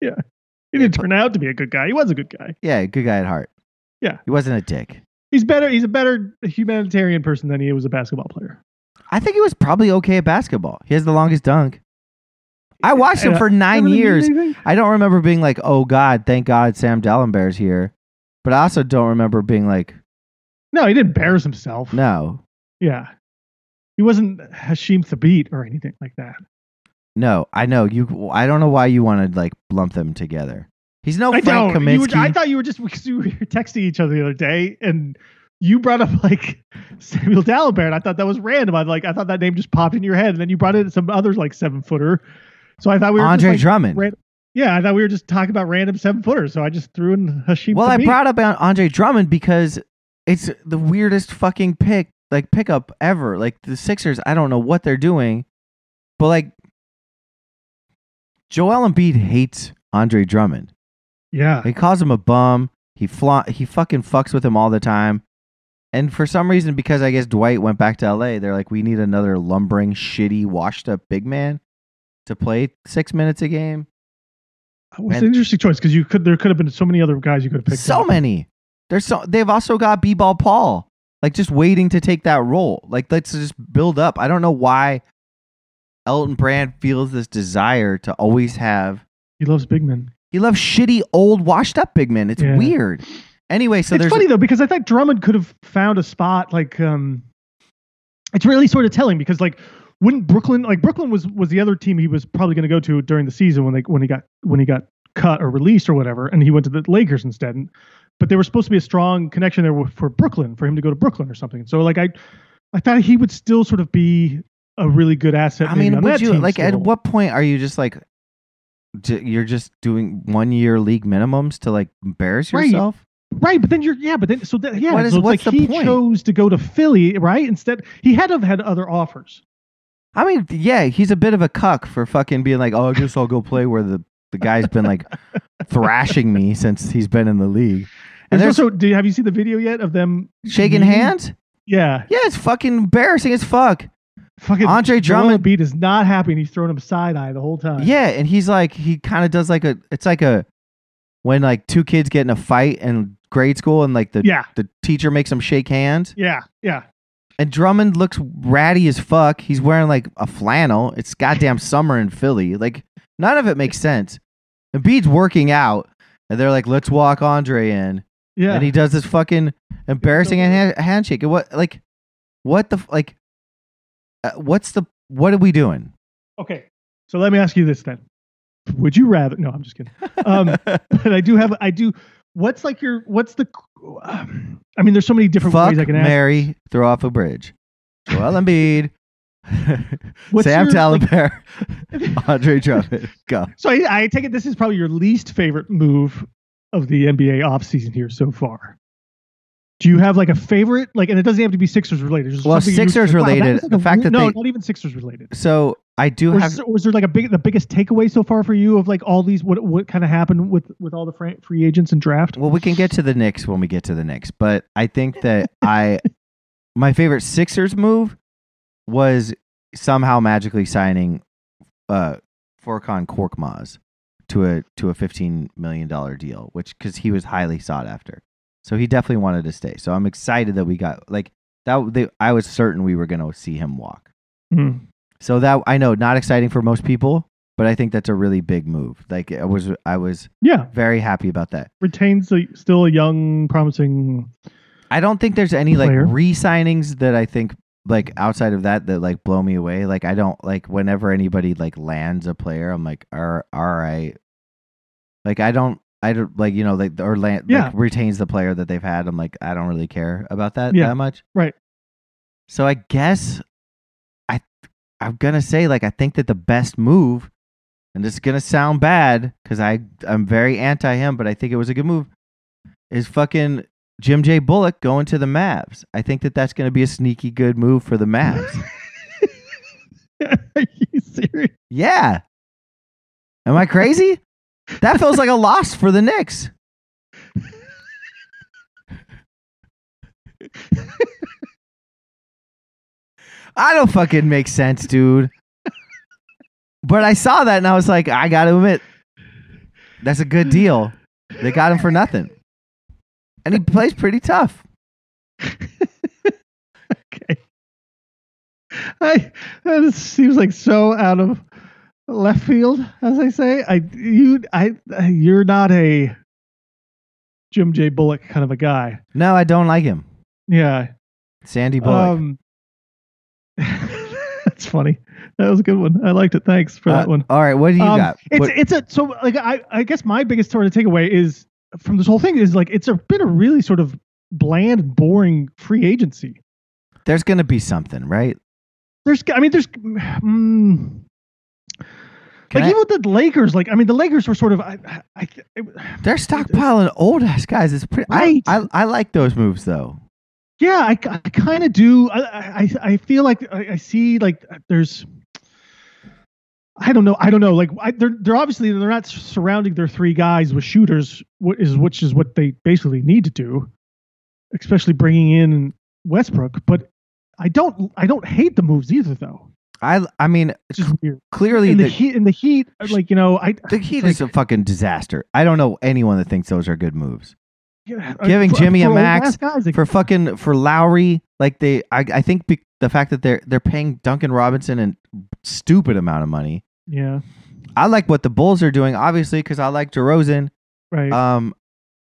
Speaker 2: He didn't turn out to be a good guy. He was a good guy.
Speaker 1: yeah good guy at heart
Speaker 2: Yeah.
Speaker 1: he wasn't a dick
Speaker 2: He's better. He's a better humanitarian person than he was a basketball player.
Speaker 1: i think he was probably okay at basketball he has the longest dunk i watched him
Speaker 2: Yeah.
Speaker 1: for nine
Speaker 2: That really
Speaker 1: years
Speaker 2: means anything?
Speaker 1: I don't remember being like, "Oh God, thank God, Sam Dallenberg's here," but I also don't remember being like,
Speaker 2: No, he didn't embarrass himself.
Speaker 1: "No,
Speaker 2: Yeah. He wasn't Hashim Thabit or anything like that.
Speaker 1: no, I know you." I don't know why you want to like lump them together. He's no
Speaker 2: I
Speaker 1: Frank
Speaker 2: don't. You were-
Speaker 1: Kaminsky.
Speaker 2: I thought you were just *laughs* because you were texting each other the other day, and you brought up like *laughs* Samuel Dalibert. I thought that was random. I like I thought that name just popped in your head, and then you brought in some other like seven footer. So I thought we were
Speaker 1: Andre
Speaker 2: just, like,
Speaker 1: Drummond.
Speaker 2: ran- yeah, I thought we were just talking about random seven footers. So I just threw in Hashim.
Speaker 1: well, I
Speaker 2: Thabit.
Speaker 1: brought up An- Andre Drummond because it's the weirdest fucking pick, like pickup ever. Like the Sixers, I don't know what they're doing, but like Joel Embiid hates Andre Drummond.
Speaker 2: yeah.
Speaker 1: He calls him a bum. He fla- he fucking fucks with him all the time. And for some reason, because I guess Dwight went back to LA, they're like, we need another lumbering, shitty, washed up big man to play six minutes a game.
Speaker 2: It's
Speaker 1: and-
Speaker 2: an interesting choice because you could there could have been so many other guys you could have picked.
Speaker 1: so
Speaker 2: up.
Speaker 1: many. There's so they've also got B ball Paul, like just waiting to take that role. Like let's just build up. I don't know why Elton Brand feels this desire to always have
Speaker 2: He loves big men.
Speaker 1: he loves shitty old washed up big men. It's
Speaker 2: Yeah.
Speaker 1: weird. Anyway, so
Speaker 2: it's
Speaker 1: there's
Speaker 2: funny though because I thought Drummond could have found a spot like um it's really sort of telling because like wouldn't Brooklyn like Brooklyn was was the other team he was probably going to go to during the season when they when he got when he got cut or released or whatever and he went to the Lakers instead and, but there was supposed to be a strong connection there with- for Brooklyn for him to go to Brooklyn or something so like I I thought he would still sort of be a really good asset
Speaker 1: I
Speaker 2: maybe
Speaker 1: mean,
Speaker 2: on
Speaker 1: would
Speaker 2: that
Speaker 1: you
Speaker 2: team
Speaker 1: like? At
Speaker 2: still.
Speaker 1: what point are you just like, j- you're just doing one year league minimums to like embarrass
Speaker 2: Right.
Speaker 1: yourself?
Speaker 2: Right, but then you're yeah, but then so that yeah,
Speaker 1: What is-
Speaker 2: so it's
Speaker 1: what's
Speaker 2: like
Speaker 1: the
Speaker 2: he
Speaker 1: point?
Speaker 2: chose to go to Philly, right? Instead, he had to have had other offers.
Speaker 1: I mean, yeah, he's a bit of a cuck for fucking being like, oh, I guess I'll go play where the the guy's been
Speaker 2: *laughs*
Speaker 1: like thrashing me since he's been in the league, and
Speaker 2: And
Speaker 1: there's
Speaker 2: there's also, do you, have you seen the video yet of them
Speaker 1: *laughs* shaking
Speaker 2: meeting?
Speaker 1: hands.
Speaker 2: Yeah,
Speaker 1: Yeah, it's fucking embarrassing as fuck.
Speaker 2: fucking
Speaker 1: Andre Drummond
Speaker 2: beat is not happy, and he's throwing him side eye the whole time.
Speaker 1: Yeah, and he's like he kind of does like a it's like a when like two kids get in a fight in grade school and like the
Speaker 2: yeah,
Speaker 1: the teacher makes them shake hands.
Speaker 2: yeah, yeah.
Speaker 1: And Drummond looks ratty as fuck. He's wearing like a flannel. It's goddamn summer in Philly. Like none of it makes sense. And Bede's working out, and they're like, "Let's walk Andre in,"
Speaker 2: yeah.
Speaker 1: and he does this fucking embarrassing hand- handshake. And what, like, what the f- like, uh, what's the what are we doing?
Speaker 2: okay, so let me ask you this then: Would you rather? No, I'm just kidding.
Speaker 1: *laughs*
Speaker 2: Um, but I do have, I do. What's like your? What's the? Um, I mean, there's so many different
Speaker 1: Fuck
Speaker 2: ways I can ask.
Speaker 1: Mary, throw off a bridge. Joel Embiid,
Speaker 2: *laughs* What's
Speaker 1: Sam
Speaker 2: your, like-
Speaker 1: Talaber, *laughs*
Speaker 2: *laughs*
Speaker 1: Andre Drummond, go.
Speaker 2: so I, I take it this is probably your least favorite move of the NBA offseason here so far. Do you have like a favorite? Like, and it doesn't have to be Sixers related. Just
Speaker 1: Well,
Speaker 2: something you-
Speaker 1: Sixers
Speaker 2: wow, that
Speaker 1: related,
Speaker 2: was like
Speaker 1: the
Speaker 2: a
Speaker 1: fact
Speaker 2: w-
Speaker 1: that
Speaker 2: no,
Speaker 1: they-
Speaker 2: not even Sixers related.
Speaker 1: So I do
Speaker 2: Was,
Speaker 1: have.
Speaker 2: was there like a big the biggest takeaway so far for you of like all these what what kind of happened with with all the fra- free agents and
Speaker 1: *laughs*
Speaker 2: draft?
Speaker 1: Well, we can get to the Knicks when we get to the Knicks, but I think that I my favorite Sixers move was somehow magically signing uh Furkan Korkmaz to a to a fifteen million dollar deal, which because he was highly sought after, so he definitely wanted to stay. So I'm excited that we got like that. They, I was certain we were going to see him walk.
Speaker 2: Hmm.
Speaker 1: So that I know not exciting for most people, but I think that's a really big move. Like I was I was
Speaker 2: Yeah,
Speaker 1: very happy about that.
Speaker 2: retains a, still a young, promising.
Speaker 1: I don't think there's any like
Speaker 2: Player.
Speaker 1: re-signings that I think like outside of that that like blow me away. Like I don't like whenever anybody like lands a player, I'm like, all right. Like I don't, I don't like you know like or land
Speaker 2: Yeah.
Speaker 1: like retains the player that they've had. I'm like I don't really care about that
Speaker 2: Yeah.
Speaker 1: that much.
Speaker 2: Right.
Speaker 1: So I guess I I'm gonna say like I think that the best move, and this is gonna sound bad because I I'm very anti him, but I think it was a good move. Is fucking Jim J. Bullock going to the Mavs. I think that that's going to be a sneaky good move for the Mavs.
Speaker 2: *laughs* Are you serious?
Speaker 1: yeah. Am I crazy? That feels like a loss for the Knicks. I don't fucking make sense, dude. But I saw that and I was like, I got to admit, that's a good deal. They got him for nothing. And he plays pretty tough.
Speaker 2: I that is- seems like so out of left field, as I say. I you I you're not a Jim J. Bullock kind of a guy.
Speaker 1: No, I don't like him.
Speaker 2: Yeah.
Speaker 1: Sandy Bullock.
Speaker 2: Um *laughs* That's funny. That was a good one. I liked it. Thanks for
Speaker 1: Uh,
Speaker 2: that one.
Speaker 1: All right, what do you
Speaker 2: Um,
Speaker 1: got?
Speaker 2: It's
Speaker 1: What-
Speaker 2: it's a so like I I guess my biggest sort of takeaway is from this whole thing is like it's a been a really sort of bland, boring free agency.
Speaker 1: there's going to be something, right?
Speaker 2: There's I mean there's mm,
Speaker 1: Can
Speaker 2: like
Speaker 1: I-
Speaker 2: even with the Lakers, like I mean, the Lakers were sort of I, I, I-
Speaker 1: they're stockpiling old ass guys. It's pretty.
Speaker 2: Right.
Speaker 1: I, I I like those moves though.
Speaker 2: yeah, I, kind of do. I, I I feel like I, I see like there's. I don't know. I don't know. Like I, they're they're obviously they're not surrounding their three guys with shooters, wh- is which is what they basically need to do, especially bringing in Westbrook. But I don't I don't hate the moves either, though.
Speaker 1: I I mean,
Speaker 2: It's just weird.
Speaker 1: clearly
Speaker 2: In the,
Speaker 1: the
Speaker 2: heat, in the heat, like you know, I
Speaker 1: the Heat
Speaker 2: like-
Speaker 1: is a fucking disaster. I don't know anyone that thinks those are good moves
Speaker 2: yeah,
Speaker 1: Giving
Speaker 2: for-
Speaker 1: Jimmy a
Speaker 2: for old
Speaker 1: max
Speaker 2: ass guys, like,
Speaker 1: for fucking for Lowry. Like they, I I think be, the fact that they're they're paying Duncan Robinson an stupid amount of money.
Speaker 2: yeah,
Speaker 1: I like what the Bulls are doing, obviously, because I like DeRozan.
Speaker 2: right.
Speaker 1: Um,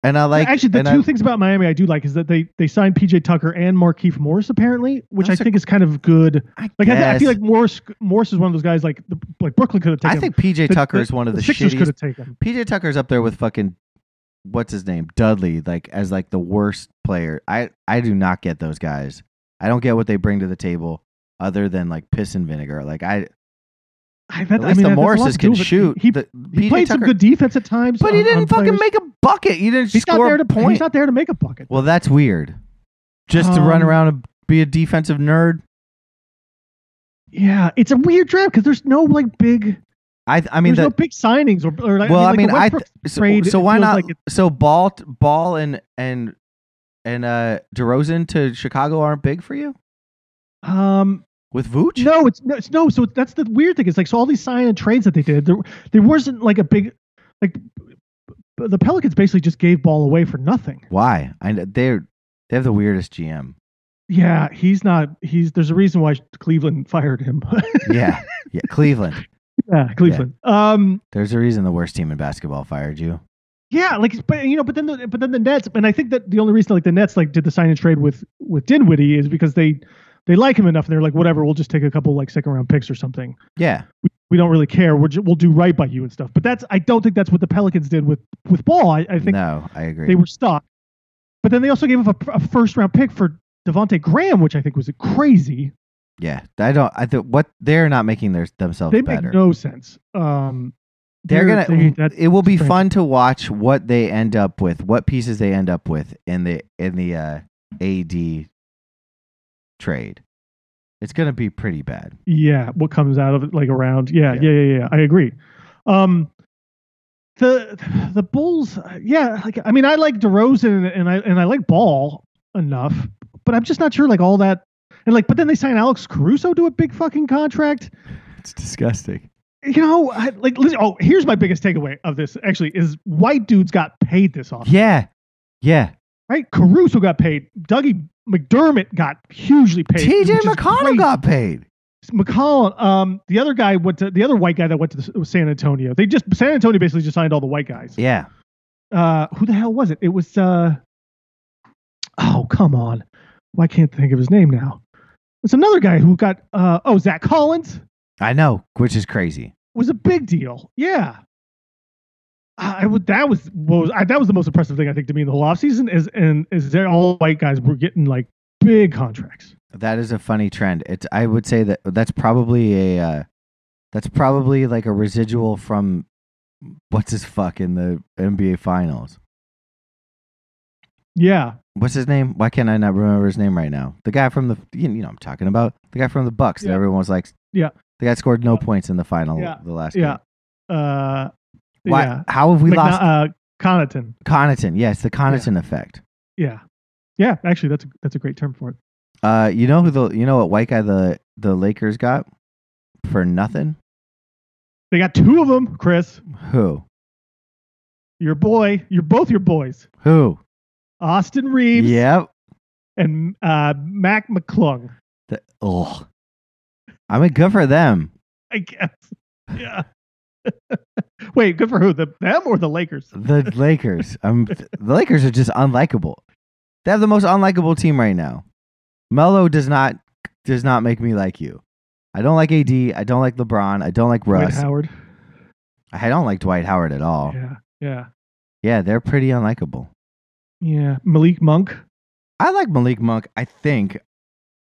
Speaker 1: and I like
Speaker 2: actually the
Speaker 1: and
Speaker 2: two
Speaker 1: I-
Speaker 2: things about Miami I do like is that they they signed PJ Tucker and Markeith Morris apparently, which I
Speaker 1: That's a-
Speaker 2: think is kind of good.
Speaker 1: I,
Speaker 2: Like I, th- I
Speaker 1: guess.
Speaker 2: feel like Morris Morris is one of those guys like the, like Brooklyn could have
Speaker 1: I
Speaker 2: taken.
Speaker 1: think PJ
Speaker 2: the-
Speaker 1: Tucker
Speaker 2: the-
Speaker 1: is one of
Speaker 2: him.
Speaker 1: the,
Speaker 2: the Sixers
Speaker 1: shittiest
Speaker 2: could have taken. him.
Speaker 1: PJ Tucker's up there with fucking what's his name Dudley, like as like the worst player. I I do not get those guys. I don't get what they bring to the table other than like piss and vinegar. Like I,
Speaker 2: I, that,
Speaker 1: at least
Speaker 2: I mean, that has a
Speaker 1: the
Speaker 2: lot
Speaker 1: Morrises
Speaker 2: to do
Speaker 1: can
Speaker 2: with it.
Speaker 1: shoot.
Speaker 2: He,
Speaker 1: The-
Speaker 2: he
Speaker 1: PJ
Speaker 2: played some
Speaker 1: Tucker-
Speaker 2: good defense at times,
Speaker 1: but he
Speaker 2: on-
Speaker 1: didn't
Speaker 2: on
Speaker 1: fucking
Speaker 2: players.
Speaker 1: make a bucket. He didn't
Speaker 2: He's not
Speaker 1: score
Speaker 2: there
Speaker 1: a
Speaker 2: to
Speaker 1: point.
Speaker 2: He's not there to make a bucket.
Speaker 1: well, that's weird. Just to run
Speaker 2: Um,
Speaker 1: around and be a defensive nerd.
Speaker 2: yeah, it's a weird draft because there's no like big.
Speaker 1: I I mean
Speaker 2: there's no
Speaker 1: that.
Speaker 2: big signings or, or like,
Speaker 1: well,
Speaker 2: I mean, like,
Speaker 1: I,
Speaker 2: the Westbrook
Speaker 1: th- so,
Speaker 2: trade,
Speaker 1: so
Speaker 2: it
Speaker 1: why
Speaker 2: feels
Speaker 1: not?
Speaker 2: like it-
Speaker 1: so ball t- ball and and and uh DeRozan to Chicago aren't big for you
Speaker 2: um,
Speaker 1: with Vooch.
Speaker 2: No, it's no, it's no. So that's the weird thing. It's like so all these sign and trades that they did, there there wasn't like a big like b- the Pelicans basically just gave ball away for nothing.
Speaker 1: Why? I kn- they're they have the weirdest
Speaker 2: *laughs*
Speaker 1: GM.
Speaker 2: Yeah, he's not. He's there's a reason why Cleveland fired him. *laughs*
Speaker 1: Yeah, yeah. Cleveland.
Speaker 2: yeah, Cleveland. Um,
Speaker 1: There's a reason the worst team in basketball fired you.
Speaker 2: yeah, like but you know, but then the, but then the Nets, and I think that the only reason like the Nets like did the sign and trade with with Dinwiddie is because they they like him enough and they're like whatever, we'll just take a couple like second round picks or something.
Speaker 1: Yeah,
Speaker 2: we don't really care. We're ju- we'll do right by you and stuff. But that's I don't think that's what the Pelicans did with with Ball. I, I think
Speaker 1: no, I agree.
Speaker 2: they were stuck. But then they also gave up a, a first round pick for Devonte Graham, which I think was crazy.
Speaker 1: yeah, I don't. I th- what they're not making their themselves
Speaker 2: They make
Speaker 1: better.
Speaker 2: no sense. Um,
Speaker 1: they're gonna.
Speaker 2: they- that-
Speaker 1: it will be
Speaker 2: strange.
Speaker 1: fun to watch what they end up with, what pieces they end up with in the in the uh, AD trade. It's going to be pretty bad.
Speaker 2: Yeah, what comes out of it, like around. Yeah,
Speaker 1: Yeah.
Speaker 2: yeah, yeah, yeah. I agree. Um, the the Bulls. Yeah, like I mean, I like DeRozan and I and I like Ball enough, but I'm just not sure like all that. And like, but then they sign Alex Caruso to a big fucking contract.
Speaker 1: It's disgusting.
Speaker 2: You know, I, like, listen, oh, here's my biggest takeaway of this. Actually, is white dudes got paid this off.
Speaker 1: Yeah. Yeah.
Speaker 2: right? Caruso got paid. Dougie McDermott got hugely paid.
Speaker 1: TJ
Speaker 2: which is
Speaker 1: McConnell
Speaker 2: great.
Speaker 1: got paid.
Speaker 2: McCollum. Um, the other guy went to the other white guy that went to the, was San Antonio. They just San Antonio basically just signed all the white guys.
Speaker 1: Yeah.
Speaker 2: Uh, who the hell was it? It was uh, oh come on, Well, I can't think of his name now. It's another guy who got uh, oh Zach Collins
Speaker 1: I know, which is crazy.
Speaker 2: was a big deal. Yeah. I would. That was what was I, that was the most impressive thing I think to me in the whole offseason is and is that all white guys were getting like big contracts.
Speaker 1: That is a funny trend. It's I would say that that's probably a uh, that's probably like a residual from what's his fuck in the NBA finals.
Speaker 2: Yeah,
Speaker 1: What's his name? Why can't I not remember his name right now? The guy from the you you know I'm talking about. The guy from the Bucks that
Speaker 2: Yeah.
Speaker 1: everyone was like
Speaker 2: Yeah.
Speaker 1: The guy scored no points in the final
Speaker 2: Yeah.
Speaker 1: the last
Speaker 2: yeah.
Speaker 1: game.
Speaker 2: Uh,
Speaker 1: Why
Speaker 2: yeah.
Speaker 1: how have we
Speaker 2: Mc-
Speaker 1: lost
Speaker 2: uh, Connaughton.
Speaker 1: Connaughton? Yes, the Connaughton effect.
Speaker 2: Yeah, yeah. Actually, that's a, that's a great term for it.
Speaker 1: Uh, you know who the you know what white guy the the Lakers got for nothing?
Speaker 2: They got two of them, Chris.
Speaker 1: Who?
Speaker 2: Your boy. You're both your boys.
Speaker 1: Who?
Speaker 2: Austin Reeves
Speaker 1: Yep.
Speaker 2: and uh, Mac McClung.
Speaker 1: The, ugh. I mean, good for them.
Speaker 2: I guess. *laughs* Yeah. Wait, good for who? The them or the Lakers? *laughs*
Speaker 1: The Lakers. Um, the Lakers are just unlikable. They have the most unlikable team right now. Melo does not does not make me like you. I don't like AD. I don't like LeBron. I don't like
Speaker 2: Dwight
Speaker 1: Russ. Oh.
Speaker 2: Howard.
Speaker 1: I don't like Dwight Howard at all. Yeah,
Speaker 2: Yeah, yeah,
Speaker 1: they're pretty unlikable.
Speaker 2: yeah. Malik Monk.
Speaker 1: I like Malik Monk. I think.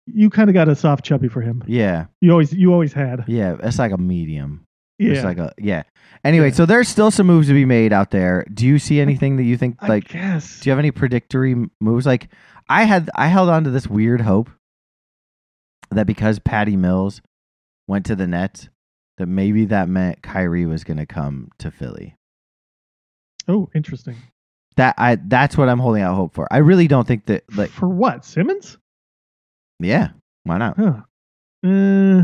Speaker 2: You kind of got a soft chubby for him.
Speaker 1: Yeah,
Speaker 2: You always, you always had.
Speaker 1: yeah. It's like a medium.
Speaker 2: Yeah.
Speaker 1: It's like a yeah. Anyway,
Speaker 2: Yeah.
Speaker 1: so there's still some moves to be made out there. Do you see anything that you think
Speaker 2: I
Speaker 1: like?
Speaker 2: guess.
Speaker 1: Do you have any predictory m- moves? Like I had, I held on to this weird hope that because Patty Mills went to the Nets, that maybe that meant Kyrie was going to come to Philly.
Speaker 2: oh, interesting.
Speaker 1: That I, that's what I'm holding out hope for. I really don't think that like
Speaker 2: for what? Simmons?
Speaker 1: yeah, why not
Speaker 2: Huh. Uh,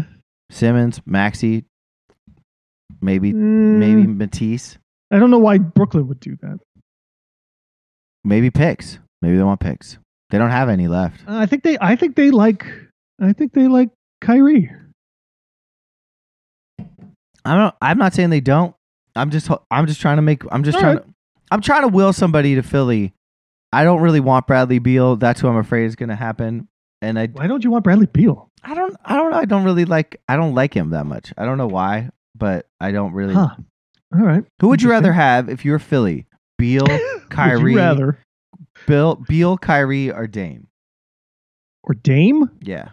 Speaker 1: Simmons, Maxi, maybe maybe
Speaker 2: maybe.
Speaker 1: Matisse,
Speaker 2: mm, I don't know why Brooklyn would do that.
Speaker 1: maybe picks. Maybe they want picks. They don't have any left.
Speaker 2: Uh, I think they. I think they like. I think they like Kyrie.
Speaker 1: I don't. I'm not saying they don't. I'm just. ho- I'm just trying to make. I'm just
Speaker 2: All
Speaker 1: trying. To, I'm trying to will somebody to Philly. I don't really want Bradley Beal. That's who I'm afraid is going to happen. And I.
Speaker 2: Why don't you want Bradley Beal?
Speaker 1: I don't. I don't know. I don't really like. I don't like him that much. I don't know why, but I don't really.
Speaker 2: Huh. All right.
Speaker 1: Who would you rather
Speaker 2: Interesting.
Speaker 1: have if you were Philly? Beal,
Speaker 2: *laughs* Would
Speaker 1: Kyrie,
Speaker 2: you rather
Speaker 1: Bill, Beal, Kyrie, or Dame?
Speaker 2: or Dame?
Speaker 1: Yeah.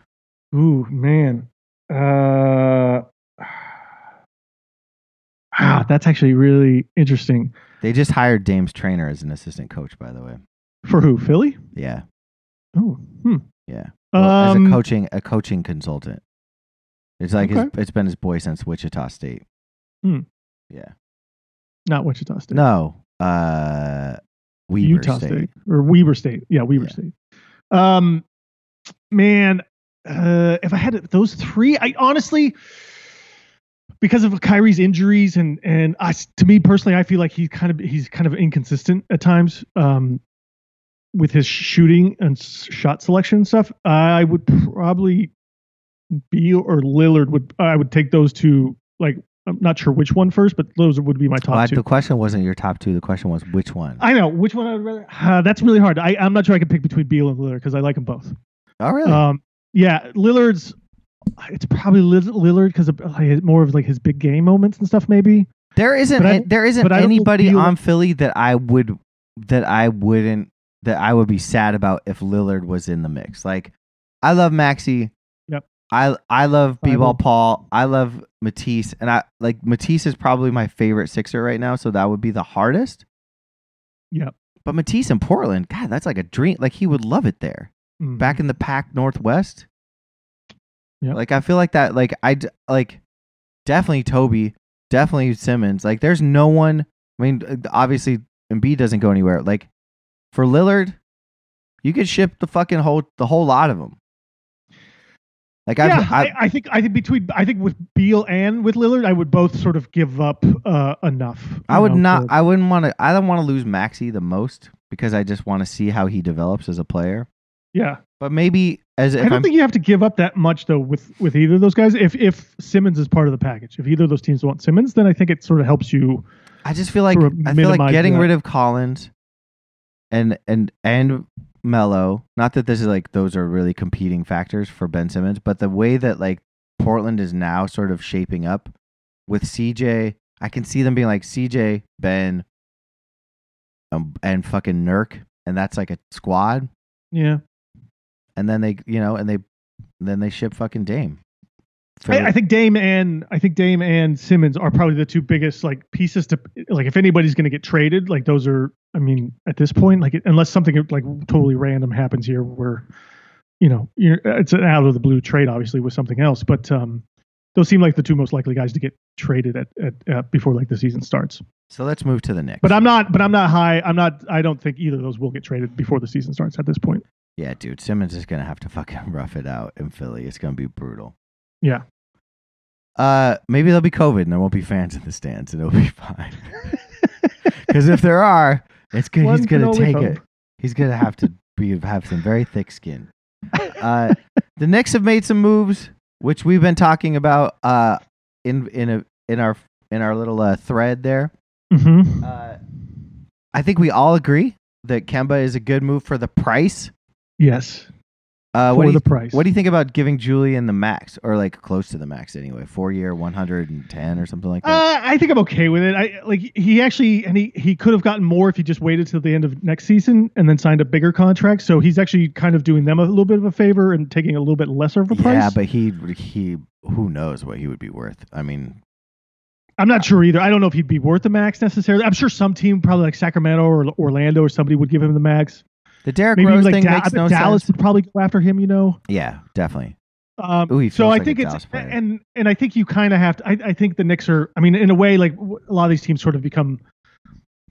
Speaker 2: Ooh, man. Uh, *sighs* ah, that's actually really interesting.
Speaker 1: They just hired Dame's trainer as an assistant coach, by the way.
Speaker 2: For who? Philly?
Speaker 1: Yeah.
Speaker 2: Oh, hmm.
Speaker 1: Yeah.
Speaker 2: Um,
Speaker 1: Well, as a coaching a coaching consultant. It's like his, it's been his boy since Wichita State.
Speaker 2: Hmm.
Speaker 1: Yeah.
Speaker 2: not Wichita State.
Speaker 1: No. Uh Weber
Speaker 2: Utah
Speaker 1: State.
Speaker 2: State. or Weber State. Yeah, Weber
Speaker 1: Yeah.
Speaker 2: State. Um, man, uh, if I had it- those three, I honestly, because of Kyrie's injuries and and I, s- to me personally, I feel like he's kind of he's kind of inconsistent at times. Um, with his shooting and s- shot selection and stuff, I would probably Beal or Lillard would I would take those two. Like I'm not sure which one first, but those would be my top
Speaker 1: Well,
Speaker 2: two.
Speaker 1: the question wasn't your top two. The question was which one.
Speaker 2: I know which one I would rather. Uh, that's really hard. I, I'm not sure I can pick between Beal and Lillard because I like them both.
Speaker 1: oh, really?
Speaker 2: Um, yeah, Lillard's. It's probably Liz- Lillard because of like, his- more of like his big game moments and stuff, maybe.
Speaker 1: there isn't.
Speaker 2: but I
Speaker 1: an-
Speaker 2: don't-
Speaker 1: there isn't
Speaker 2: but I don't
Speaker 1: anybody
Speaker 2: feel-
Speaker 1: on Philly that I would that I wouldn't that I would be sad about if Lillard was in the mix. Like, I love Maxi.
Speaker 2: Yep.
Speaker 1: I I love
Speaker 2: I
Speaker 1: B ball
Speaker 2: will-
Speaker 1: Paul. I love Matisse, and I like Matisse is probably my favorite Sixer right now. So that would be the hardest.
Speaker 2: Yep.
Speaker 1: But Matisse in Portland, God, that's like a dream. Like he would love it there.
Speaker 2: Mm.
Speaker 1: back in the pack northwest
Speaker 2: Yeah.
Speaker 1: like i feel like that like i d- like definitely toby definitely simmons like there's no one i mean uh, obviously Embiid doesn't go anywhere like for lillard you could ship the fucking whole the whole lot of them like I've,
Speaker 2: yeah, I,
Speaker 1: I,
Speaker 2: I think I think between I think with Beal and with Lillard, I would both sort of give up uh, enough. you
Speaker 1: I would
Speaker 2: know,
Speaker 1: not
Speaker 2: to-
Speaker 1: i wouldn't want to i don't want to lose maxi the most because i just want to see how he develops as a player
Speaker 2: yeah,
Speaker 1: but maybe as if
Speaker 2: I don't
Speaker 1: i'm
Speaker 2: think you have to give up that much though with with either of those guys. If if Simmons is part of the package, if either of those teams want Simmons, then I think it sort of helps you.
Speaker 1: I just feel like
Speaker 2: sort of
Speaker 1: I feel like
Speaker 2: minimize
Speaker 1: getting
Speaker 2: that.
Speaker 1: rid of Collins and and and Mello. Not that this is like those are really competing factors for Ben Simmons, but the way that like Portland is now sort of shaping up with CJ, I can see them being like CJ, Ben, um, and fucking Nurk, and that's like a squad.
Speaker 2: Yeah,
Speaker 1: And then they, you know, and they then they ship fucking Dame.
Speaker 2: I, I think Dame and I think Dame and Simmons are probably the two biggest like pieces to like if anybody's going to get traded, like those are. I mean, at this point, like unless something like totally random happens here, where you know you're, it's an out of the blue trade, obviously with something else, but um, those seem like the two most likely guys to get traded at, at, at before like the season starts.
Speaker 1: so. Let's move to the Knicks.
Speaker 2: But I'm not. But I'm not high. I'm not. I don't think either of those will get traded before the season starts at this point.
Speaker 1: Yeah, dude, Simmons is gonna have to *laughs* fucking rough it out in Philly. It's gonna be brutal.
Speaker 2: Yeah.
Speaker 1: Uh, maybe there'll be COVID and there won't be fans in the stands, and it'll be *laughs* fine. Because if there are, it's good.
Speaker 2: One
Speaker 1: He's
Speaker 2: can
Speaker 1: gonna
Speaker 2: only
Speaker 1: take it.
Speaker 2: hope.
Speaker 1: He's gonna have to be have some very thick
Speaker 2: *laughs*
Speaker 1: skin. Uh, the Knicks have made some moves, which we've been talking about. Uh, in in a in our in our little uh, thread there.
Speaker 2: Mm-hmm.
Speaker 1: Uh, I think we all agree that Kemba is a good move for the price.
Speaker 2: Yes.
Speaker 1: Uh, what
Speaker 2: for
Speaker 1: do you
Speaker 2: the price.
Speaker 1: What do you think about giving Julian the max, or like close to the max anyway? Four year, one hundred and ten, or something like that.
Speaker 2: Uh, I think I'm okay with it. I like he actually and he he could have gotten more if he just waited till the end of next season and then signed a bigger contract. So he's actually kind of doing them a little bit of a favor and taking a little bit lesser of a price.
Speaker 1: yeah, but he he who knows what he would be worth? I mean,
Speaker 2: I'm not sure either. I don't know if he'd be worth the max necessarily. I'm sure some team, probably like Sacramento or Orlando or somebody, would give him the max.
Speaker 1: the Derrick
Speaker 2: Maybe
Speaker 1: Rose
Speaker 2: like
Speaker 1: thing
Speaker 2: Da- I
Speaker 1: makes
Speaker 2: bet
Speaker 1: no
Speaker 2: Dallas
Speaker 1: sense.
Speaker 2: would probably go after him. You know.
Speaker 1: Yeah, definitely.
Speaker 2: Um,
Speaker 1: Ooh, he
Speaker 2: so
Speaker 1: feels
Speaker 2: I
Speaker 1: like a
Speaker 2: think it's
Speaker 1: Dallas player.
Speaker 2: and and I think you kind of have to. I, I think the Knicks are. I mean, in a way, like w- a lot of these teams sort of become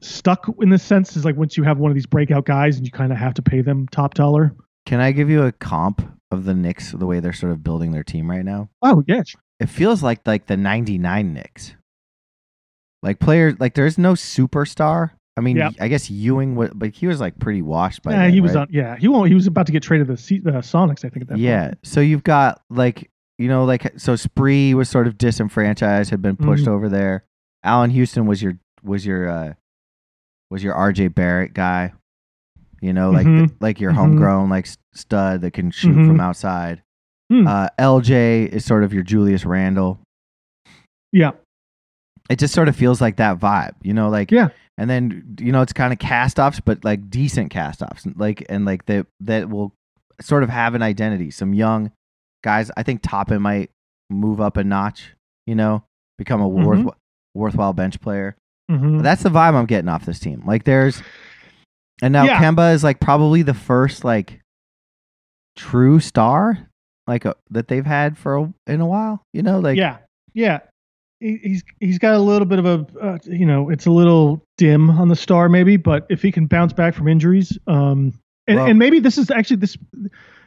Speaker 2: stuck in this sense. Is like once you have one of these breakout guys, and you kind of have to pay them top dollar.
Speaker 1: Can I give you a comp of the Knicks the way they're sort of building their team right now?
Speaker 2: Oh yeah,
Speaker 1: It feels like like the ninety nine Knicks. Like players, like there's no superstar. I mean,
Speaker 2: Yep.
Speaker 1: I guess Ewing, wa- but he was like pretty washed by.
Speaker 2: yeah,
Speaker 1: then,
Speaker 2: he was
Speaker 1: right?
Speaker 2: on. Yeah, he won't. He was about to get traded to the, Se- the Sonics. I think at that.
Speaker 1: yeah. So you've got like you know like so Spree was sort of disenfranchised, had been pushed
Speaker 2: Mhm.
Speaker 1: over there. Allen Houston was your was your uh was your RJ Barrett guy. You know, like
Speaker 2: Mhm.
Speaker 1: like your
Speaker 2: Mhm.
Speaker 1: homegrown like s- stud that can shoot
Speaker 2: Mhm.
Speaker 1: from outside.
Speaker 2: Hmm.
Speaker 1: Uh, LJ is sort of your Julius Randle.
Speaker 2: Yeah.
Speaker 1: It just sort of feels like that vibe, you know, like
Speaker 2: Yeah.
Speaker 1: And then you know it's kind of cast offs, but like decent cast offs, like and like that that will sort of have an identity. Some young guys, I think Toppin might move up a notch, you know, become a worth,
Speaker 2: Mm-hmm.
Speaker 1: worthwhile bench player.
Speaker 2: point. Mhm.
Speaker 1: That's the vibe I'm getting off this team. Like there's, and now
Speaker 2: Yeah.
Speaker 1: Kemba is like probably the first like true star like a, that they've had for a, in a while. You know, like
Speaker 2: yeah, yeah. He, he's he's got a little bit of a uh, you know it's a little dim on the star maybe, but if he can bounce back from injuries, um, and,
Speaker 1: Well-
Speaker 2: and maybe this is actually this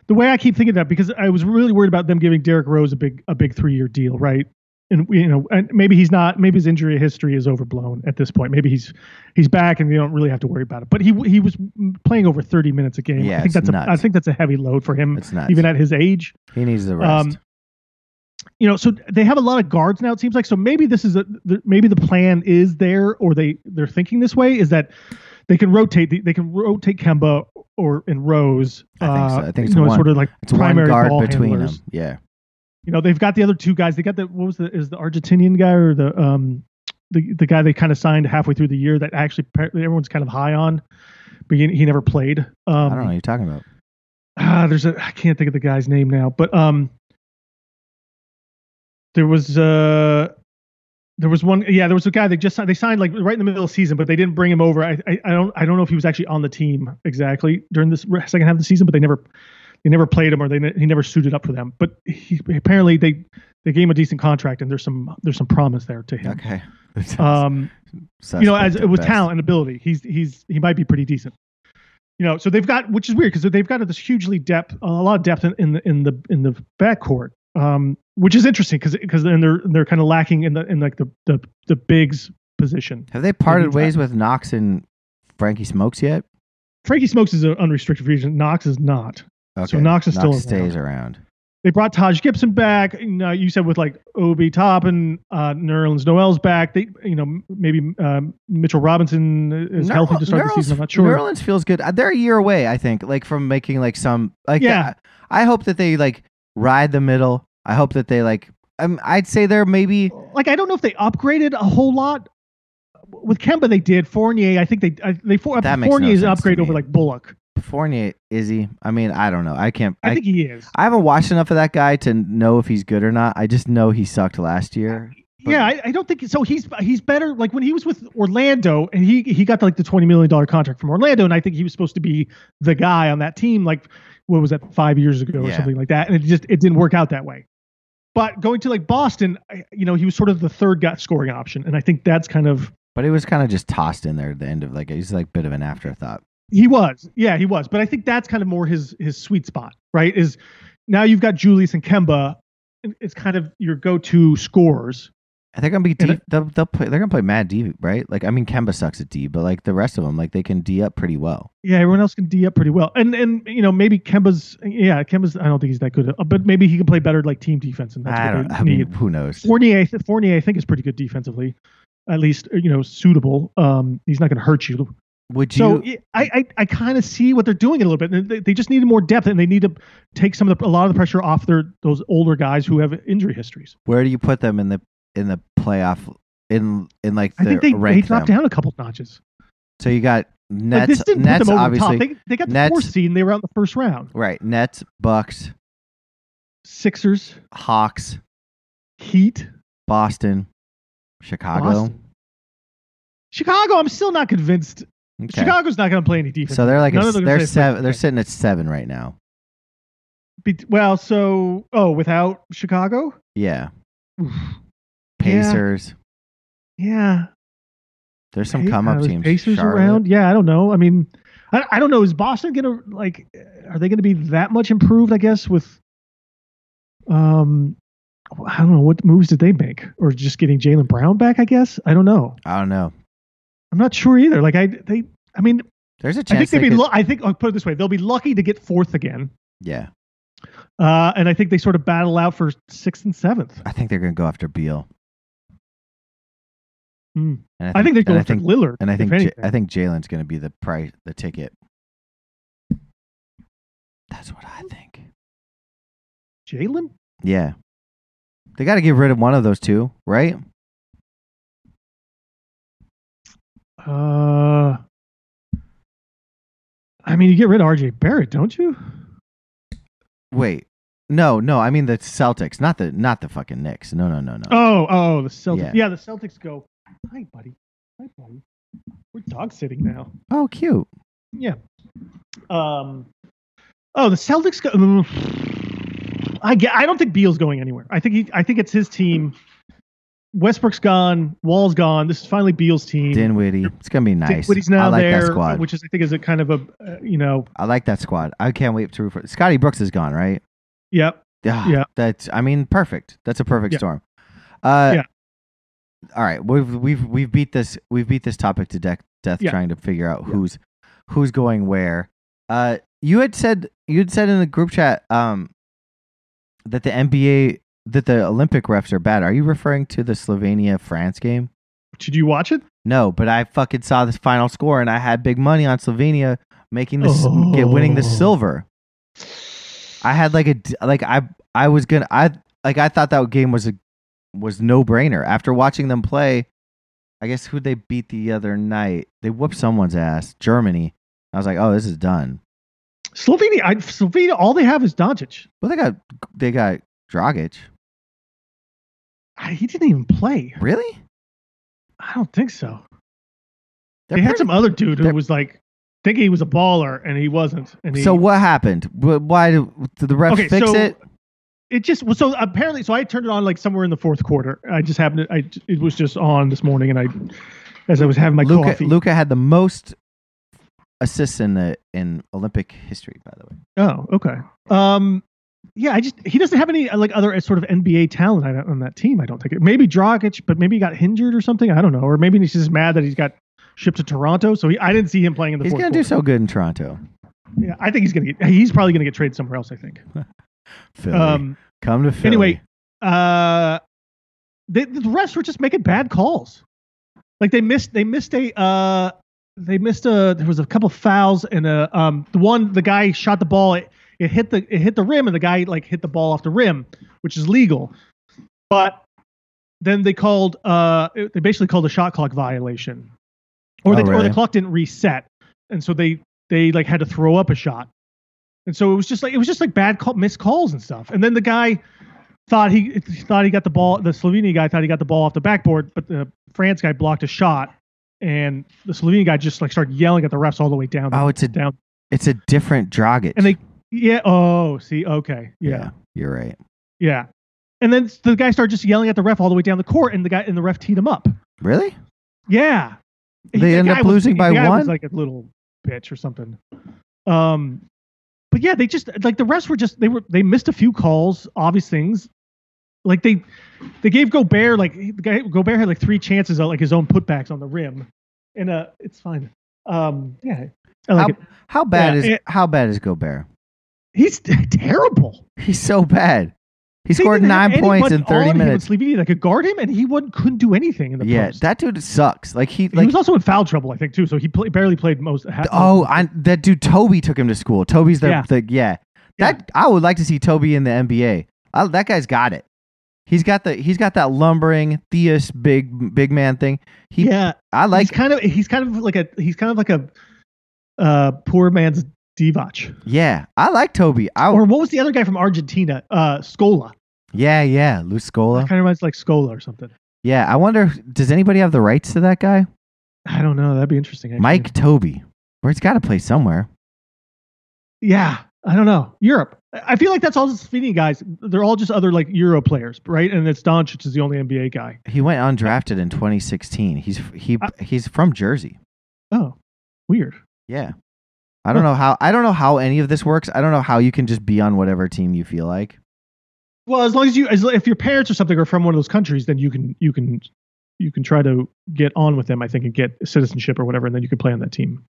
Speaker 2: the way I keep thinking that because I was really worried about them giving Derrick Rose a big a big three year deal, right? And you know, and maybe he's not. Maybe his injury history is overblown at this point. Maybe he's he's back, and you don't really have to worry about it. But he he was playing over thirty minutes a game.
Speaker 1: Yeah,
Speaker 2: I think
Speaker 1: it's
Speaker 2: that's
Speaker 1: nuts.
Speaker 2: a I think that's a heavy load for him,
Speaker 1: it's not
Speaker 2: even at his age
Speaker 1: he needs the rest.
Speaker 2: Um, you know, so they have a lot of guards now. It seems like so maybe this is a th- maybe the plan is there, or they they're thinking this way is that they can rotate the, they can rotate Kemba or and Rose.
Speaker 1: I think so. I
Speaker 2: uh,
Speaker 1: think it's
Speaker 2: you know,
Speaker 1: one-
Speaker 2: sort of like
Speaker 1: it's one
Speaker 2: primary
Speaker 1: guard
Speaker 2: ball
Speaker 1: between
Speaker 2: handlers.
Speaker 1: them. Yeah.
Speaker 2: You know, they've got the other two guys. They got the what was the is the Argentinian guy or the um the the guy they kind of signed halfway through the year that actually apparently everyone's kind of high on, but he, he never played. Um,
Speaker 1: I don't know what you're talking about.
Speaker 2: ah, there's a I can't think of the guy's name now, but um, there was uh, there was one yeah, there was a guy they just signed, they signed like right in the middle of the season, but they didn't bring him over. I, I I don't I don't know if he was actually on the team exactly during this re- second half of the season, but they never they never played him or they ne- he never suited up for them. But he, apparently they they gave him a decent contract and there's some there's some promise there to him.
Speaker 1: Okay. *laughs*
Speaker 2: Um,
Speaker 1: Suspect
Speaker 2: you know, as
Speaker 1: at
Speaker 2: it was
Speaker 1: best.
Speaker 2: talent and ability, he's he's he might be pretty decent. You know, so they've got which is weird because they've got this hugely depth, a lot of depth in, in the in the in the backcourt, um, which is interesting because because then they're they're kind of lacking in the in like the the the bigs position.
Speaker 1: Have they parted
Speaker 2: Maybe
Speaker 1: ways with Knox and Frankie Smokes yet?
Speaker 2: Frankie Smokes is an unrestricted agent. Knox is not.
Speaker 1: Okay.
Speaker 2: Knox is still
Speaker 1: stays around.
Speaker 2: They brought Taj Gibson back. You, know, you said with like Obi Toppin, uh, Nerlens Noel's back. They, you know, m- maybe um, Mitchell Robinson is healthy to start the season. I'm not sure.
Speaker 1: New Orleans feels good. Uh, They're a year away, I think, like from making like some like
Speaker 2: Yeah.
Speaker 1: I hope that they like ride the middle. I hope that they like um, I'd say they're maybe
Speaker 2: like I don't know if they upgraded a whole lot with Kemba. They did Fournier. I think they I, they for,
Speaker 1: That makes no
Speaker 2: Fournier is an
Speaker 1: sense to
Speaker 2: upgrade
Speaker 1: me.
Speaker 2: over like Bullock.
Speaker 1: Fournier, is he? I mean, I don't know. I can't
Speaker 2: I,
Speaker 1: I,
Speaker 2: think he is.
Speaker 1: I haven't watched enough of that guy to know if he's good or not. I just know he sucked last year. but-
Speaker 2: yeah, I, I don't think so. He's he's better. Like when he was with Orlando, and he he got like the twenty million dollar contract from Orlando, and I think he was supposed to be the guy on that team. Like what was that five years ago or
Speaker 1: Yeah.
Speaker 2: something like that? And it just it didn't work out that way. But going to like Boston, I, you know, he was sort of the third gut scoring option, and I think that's kind of
Speaker 1: But it was kind of just tossed in there at the end of like he's like a bit of an afterthought.
Speaker 2: He was, yeah, he was. But I think that's kind of more his his sweet spot, right? Is now you've got Julius and Kemba. and It's kind of your go-to scorers.
Speaker 1: I think I'm gonna be
Speaker 2: And
Speaker 1: deep. They'll, they'll play, they're gonna play mad D, right? Like I mean, Kemba sucks at D, but like the rest of them, like they can D up pretty well.
Speaker 2: Yeah, everyone else can D up pretty well, and and you know maybe Kemba's. Yeah, Kemba's. I don't think he's that good, at- but maybe he can play better like team defense, and that's
Speaker 1: I
Speaker 2: what
Speaker 1: don't.
Speaker 2: they
Speaker 1: I
Speaker 2: need.
Speaker 1: mean, who knows?
Speaker 2: Fournier, Fournier, I think is pretty good defensively, at least you know suitable. Um, he's not going to hurt you.
Speaker 1: Would you?
Speaker 2: So it- I I, I kind of see what they're doing a little bit. and They, they just need more depth, and they need to take some of the, a lot of the pressure off their those older guys who have injury histories.
Speaker 1: where do you put them in the in the playoff? In in like the
Speaker 2: I think they, they
Speaker 1: rank
Speaker 2: dropped
Speaker 1: them.
Speaker 2: down a couple notches.
Speaker 1: So you got
Speaker 2: Like,
Speaker 1: Nets.
Speaker 2: this didn't put
Speaker 1: Nets
Speaker 2: them over
Speaker 1: obviously
Speaker 2: the top. They, they got the
Speaker 1: Nets-
Speaker 2: fourth seed and they were out in the first round.
Speaker 1: right. Nets, Bucks,
Speaker 2: Sixers,
Speaker 1: Hawks,
Speaker 2: Heat,
Speaker 1: Boston, Chicago.
Speaker 2: Boston. Chicago. I'm still not convinced.
Speaker 1: Okay.
Speaker 2: Chicago's not going to play any defense.
Speaker 1: So they're like a,
Speaker 2: None of them
Speaker 1: they're
Speaker 2: play-
Speaker 1: seven. They're sitting at seven right now.
Speaker 2: Be- well, so oh, without Chicago,
Speaker 1: Yeah.
Speaker 2: Oof. Yeah.
Speaker 1: Pacers.
Speaker 2: yeah,
Speaker 1: There's some
Speaker 2: Pa-
Speaker 1: come up
Speaker 2: are the
Speaker 1: teams.
Speaker 2: Pacers
Speaker 1: Charlotte.
Speaker 2: around. Yeah, I don't know. I mean, I, I don't know. Is Boston gonna like? Are they gonna be that much improved? I guess with, um, I don't know what moves did they make, or just getting Jalen Brown back? I guess I don't know.
Speaker 1: I don't know.
Speaker 2: I'm not sure either. Like I they. I mean,
Speaker 1: There's a
Speaker 2: I think
Speaker 1: chance.
Speaker 2: they'd
Speaker 1: they
Speaker 2: be.
Speaker 1: could-
Speaker 2: Lu- I think I'll put it this way: they'll be lucky to get fourth again,
Speaker 1: yeah.
Speaker 2: uh, and I think they sort of battle out for sixth and seventh.
Speaker 1: I think they're gonna go after Beal.
Speaker 2: Hmm.
Speaker 1: And
Speaker 2: I think they
Speaker 1: and
Speaker 2: go
Speaker 1: I
Speaker 2: after
Speaker 1: think
Speaker 2: Lillard.
Speaker 1: and I
Speaker 2: if
Speaker 1: think J-
Speaker 2: anything.
Speaker 1: I think Jalen's gonna be the price the ticket. That's what I think.
Speaker 2: Jalen.
Speaker 1: Yeah. They got to get rid of one of those two, right?
Speaker 2: Uh, I mean, you get rid of RJ Barrett, don't you?
Speaker 1: Wait. No, no. I mean the Celtics, not the not the fucking Knicks. No, no, no, no.
Speaker 2: Oh, oh, the Celtics.
Speaker 1: Yeah.
Speaker 2: Yeah, the Celtics go. Hi, buddy. Hi, buddy. We're dog sitting now.
Speaker 1: oh cute.
Speaker 2: Yeah. Um. Oh, the Celtics go. *sighs* mm, I get. I don't think Beal's going anywhere. I think he. I think it's his team. Westbrook's gone. Wall's gone. This is finally Beal's team.
Speaker 1: Dinwiddie. It's gonna be nice.
Speaker 2: Dinwiddie's Hmm. now
Speaker 1: I like
Speaker 2: there,
Speaker 1: that squad.
Speaker 2: which is I think is a kind of a uh, you know.
Speaker 1: I like that squad. I can't wait to root for. Scotty Brooks is gone, right?
Speaker 2: Yep.
Speaker 1: Ah,
Speaker 2: Yeah.
Speaker 1: That's. I mean, perfect. That's a perfect
Speaker 2: Yeah.
Speaker 1: storm. Uh,
Speaker 2: Yeah.
Speaker 1: All right, we've we've we've beat this we've beat this topic to death, death
Speaker 2: Yeah.
Speaker 1: trying to figure out
Speaker 2: Yeah.
Speaker 1: who's who's going where. Uh, you had said you had said in the group chat um that the NBA that the Olympic refs are bad. Are you referring to the Slovenia France game?
Speaker 2: Did you watch it?
Speaker 1: No, but I fucking saw the final score and I had big money on Slovenia making this get winning the
Speaker 2: Oh.
Speaker 1: silver. I had like a d- like I I was going to I like I thought that game was a was no brainer after watching them play. I guess who they beat the other night? They whooped someone's ass, Germany. I was like, "Oh, this is done."
Speaker 2: Slovenia. I, Slovenia. All they have is Doncic.
Speaker 1: Well, they got they got Dragic.
Speaker 2: I, he didn't even play.
Speaker 1: Really?
Speaker 2: I don't think so.
Speaker 1: They're
Speaker 2: they had
Speaker 1: pretty-
Speaker 2: some other dude who
Speaker 1: they're-
Speaker 2: was like thinking he was a baller, and he wasn't. And he,
Speaker 1: So what happened? Wh- Why did, did the ref
Speaker 2: Okay,
Speaker 1: fix
Speaker 2: so-
Speaker 1: it?
Speaker 2: it just well, so apparently so i turned it on like somewhere in the fourth quarter i just happened to i it was just on this morning and i as i was having my
Speaker 1: Luca
Speaker 2: coffee
Speaker 1: Luca had the most assists in the in Olympic history, by the way.
Speaker 2: oh okay um yeah i just he doesn't have any uh, like other uh, sort of nba talent I don't- on that team i don't think maybe Dragic, but maybe he got injured or something i don't know or maybe he's just mad that he's got shipped to toronto so he, i didn't see him playing in the
Speaker 1: He's
Speaker 2: fourth
Speaker 1: gonna do so good in Toronto.
Speaker 2: quarter. yeah i think he's gonna get he's probably gonna get traded somewhere else i think
Speaker 1: Philly,
Speaker 2: um
Speaker 1: come to Philly.
Speaker 2: anyway, uh, they, the refs were just making bad calls. Like they missed, they missed a, uh, they missed a. There was a couple fouls and a, um, the one the guy shot the ball. It, it hit the it hit the rim and the guy like hit the ball off the rim, which is legal. But then they called, uh, it- they basically called a shot clock violation, or
Speaker 1: Oh,
Speaker 2: they or
Speaker 1: really?
Speaker 2: the clock didn't reset, and so they they like had to throw up a shot. And so it was just like it was just like bad call, missed calls and stuff. And then the guy thought he thought he got the ball. The Slovenia guy thought he got the ball off the backboard, but the France guy blocked a shot, and the Slovenia guy just like started yelling at the refs all the way down.
Speaker 1: oh, it's a
Speaker 2: down.
Speaker 1: it's a different Dragic.
Speaker 2: And they- yeah. Oh, see. Okay. yeah.
Speaker 1: yeah, you're right.
Speaker 2: Yeah. And then the guy started just yelling at the ref all the way down the court, and the guy and the ref teed him up.
Speaker 1: Really?
Speaker 2: Yeah.
Speaker 1: They
Speaker 2: The
Speaker 1: end
Speaker 2: guy
Speaker 1: up losing
Speaker 2: was,
Speaker 1: by
Speaker 2: the guy
Speaker 1: one?
Speaker 2: Was like a little bitch or something. Um, but yeah, they just like the refs were just they were they missed a few calls, obvious things. Like they they gave Gobert like the guy Gobert had like three chances on like his own putbacks on the rim, and uh, it's fine. Um, yeah, I like
Speaker 1: how,
Speaker 2: it.
Speaker 1: how bad
Speaker 2: Yeah,
Speaker 1: is
Speaker 2: it-
Speaker 1: how bad is Gobert?
Speaker 2: He's *laughs* terrible.
Speaker 1: He's so bad. He
Speaker 2: They
Speaker 1: scored
Speaker 2: didn't have
Speaker 1: nine points in
Speaker 2: anyone
Speaker 1: thirty
Speaker 2: on him
Speaker 1: minutes.
Speaker 2: Slovenia that could guard him, and he would, couldn't do anything in the
Speaker 1: Yeah,
Speaker 2: post.
Speaker 1: that dude sucks. Like he
Speaker 2: he
Speaker 1: like
Speaker 2: was also in foul trouble, I think, too. So he play, barely played most. ha-
Speaker 1: oh I, that dude Toby took him to school. Toby's the
Speaker 2: Yeah.
Speaker 1: the yeah. That I would like to see Toby in the NBA. I, that guy's got it. He's got the he's got that lumbering theist big big man thing. He
Speaker 2: yeah.
Speaker 1: I like
Speaker 2: he's kind of he's kind of like a he's kind of like a uh, poor man's Divac.
Speaker 1: yeah I like Toby. I
Speaker 2: Or what was the other guy from Argentina? Uh, Scola.
Speaker 1: yeah yeah
Speaker 2: That
Speaker 1: Luscola.
Speaker 2: kind of reminds like Scola or something.
Speaker 1: Yeah, I wonder does anybody have the rights to that guy?
Speaker 2: I don't know. That'd be interesting. actually.
Speaker 1: Mike Toby. Where it's got to play somewhere.
Speaker 2: Yeah. I don't know. Europe. I I feel like that's all the Slovenian guys. They're all just other like Euro players, right? And it's Doncic is the only NBA guy.
Speaker 1: He went undrafted in 2016. He's he
Speaker 2: I-
Speaker 1: he's from Jersey.
Speaker 2: Oh, weird.
Speaker 1: Yeah. I don't know how I don't know how any of this works. I don't know how you can just be on whatever team you feel like.
Speaker 2: Well, as long as you, as if your parents or something are from one of those countries, then you can you can you can try to get on with them, I think, and get citizenship or whatever, and then you can play on that team.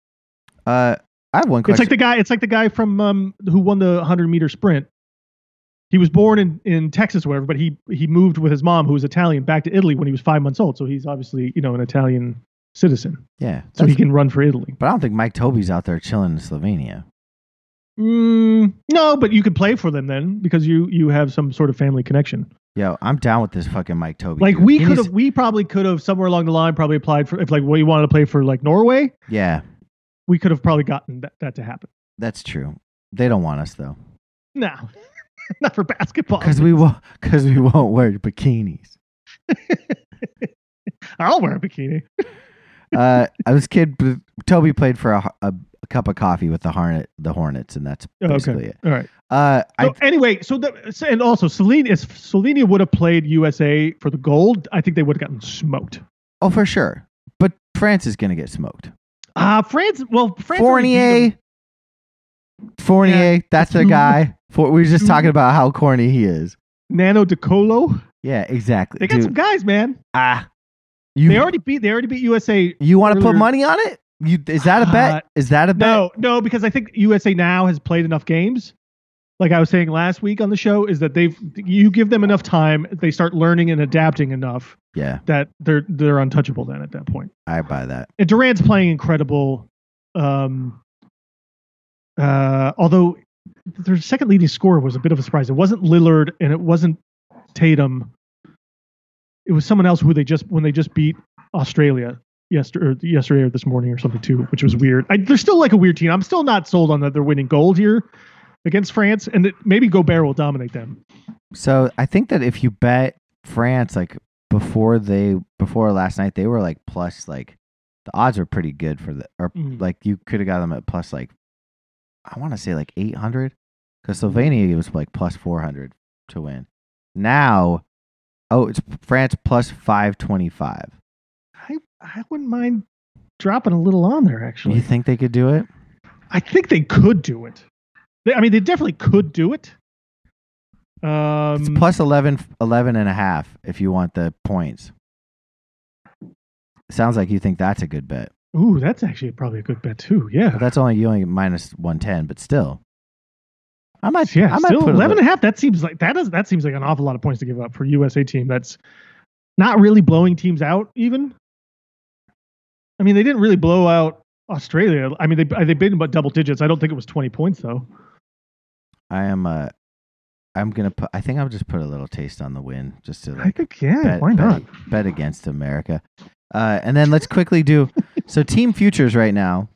Speaker 1: Uh I have one
Speaker 2: It's
Speaker 1: question.
Speaker 2: like the guy. It's like the guy from um, who won the 100 meter sprint. He was born in, in Texas, or whatever, but he he moved with his mom, who was Italian, back to Italy when he was five months old. So he's obviously you know an Italian citizen,
Speaker 1: yeah.
Speaker 2: so he
Speaker 1: that's-
Speaker 2: can run for Italy.
Speaker 1: but I don't think Mike Toby's out there chilling in Slovenia.
Speaker 2: Mm, no, but you could play for them then because you you have some sort of family connection.
Speaker 1: Yo, I'm down with this fucking Mike Toby.
Speaker 2: Like
Speaker 1: dude.
Speaker 2: we
Speaker 1: He
Speaker 2: could
Speaker 1: needs-
Speaker 2: have, we probably could have somewhere along the line probably applied for if like we wanted to play for like Norway,
Speaker 1: Yeah,
Speaker 2: we could have probably gotten that, that to happen.
Speaker 1: that's true. They don't want us though.
Speaker 2: No, *laughs* not for basketball.
Speaker 1: Cuz we will cuz we won't wear bikinis.
Speaker 2: I'll wear a bikini.
Speaker 1: uh, I was kid. Toby played for a, a, a cup of coffee with the Hornet, the Hornets, and that's
Speaker 2: Oh,
Speaker 1: basically
Speaker 2: okay,
Speaker 1: it.
Speaker 2: all right.
Speaker 1: Uh,
Speaker 2: So
Speaker 1: I,
Speaker 2: anyway, so the, so- and also Slovenia, if Slovenia would have played USA for the gold, I think they would have gotten smoked.
Speaker 1: oh, for sure. But France is gonna get smoked.
Speaker 2: Uh France. Well, France. already beat them.
Speaker 1: Fournier, Fournier, that's the
Speaker 2: Mm.
Speaker 1: guy. For, we were just
Speaker 2: Mm.
Speaker 1: talking about how corny he is.
Speaker 2: Nano De Colo.
Speaker 1: Yeah, exactly.
Speaker 2: They got
Speaker 1: Dude,
Speaker 2: some guys, man.
Speaker 1: ah,
Speaker 2: They
Speaker 1: you
Speaker 2: already beat. They already beat USA.
Speaker 1: you want to put
Speaker 2: earlier-
Speaker 1: money on it? You is that a bet?
Speaker 2: Uh,
Speaker 1: is that a bet?
Speaker 2: No, no, because I think USA now has played enough games. Like I was saying last week on the show, is that they've you give them enough time, they start learning and adapting enough
Speaker 1: Yeah,
Speaker 2: that they're they're untouchable then at that point.
Speaker 1: I buy that.
Speaker 2: and Durant's playing incredible. Um, uh, although their second leading scorer was a bit of a surprise. It wasn't Lillard and it wasn't Tatum. It was someone else who they just when they just beat Australia yesterday, or yesterday or this morning or something too, which was weird. I, they're still like a weird team. I'm still not sold on that they're winning gold here against France, and it, maybe Gobert will dominate them.
Speaker 1: So I think that if you bet France, like before they before last night, they were like plus like the odds are pretty good for the or
Speaker 2: Mm.
Speaker 1: like you could have got them at plus like I want to say like 800 cuz Slovenia was like plus 400 to win. Now oh it's France plus 525.
Speaker 2: I, I wouldn't mind dropping a little on there
Speaker 1: You
Speaker 2: actually.
Speaker 1: think they could do it?
Speaker 2: I think they could do it. They, I mean, they definitely could do it. Um,
Speaker 1: It's plus 11 11 and a half if you want the points. Sounds like you think that's a good bet.
Speaker 2: ooh, that's actually probably a good bet too. Yeah,
Speaker 1: But that's only you only get minus 110, but still. I might
Speaker 2: yeah.
Speaker 1: I might
Speaker 2: still
Speaker 1: put a little-
Speaker 2: 11 and a half. That seems like that does that seems like an awful lot of points to give up for USA team. That's not really blowing teams out even. I mean, they didn't really blow out Australia. I mean, they they beat them by double digits. I don't think it was 20 points though.
Speaker 1: I am uh I'm gonna put I think I'll just put a little taste on the win just to
Speaker 2: I
Speaker 1: like
Speaker 2: think yeah.
Speaker 1: bet,
Speaker 2: why
Speaker 1: bet-
Speaker 2: not?
Speaker 1: bet against America. Uh and then let's quickly do so team futures right now.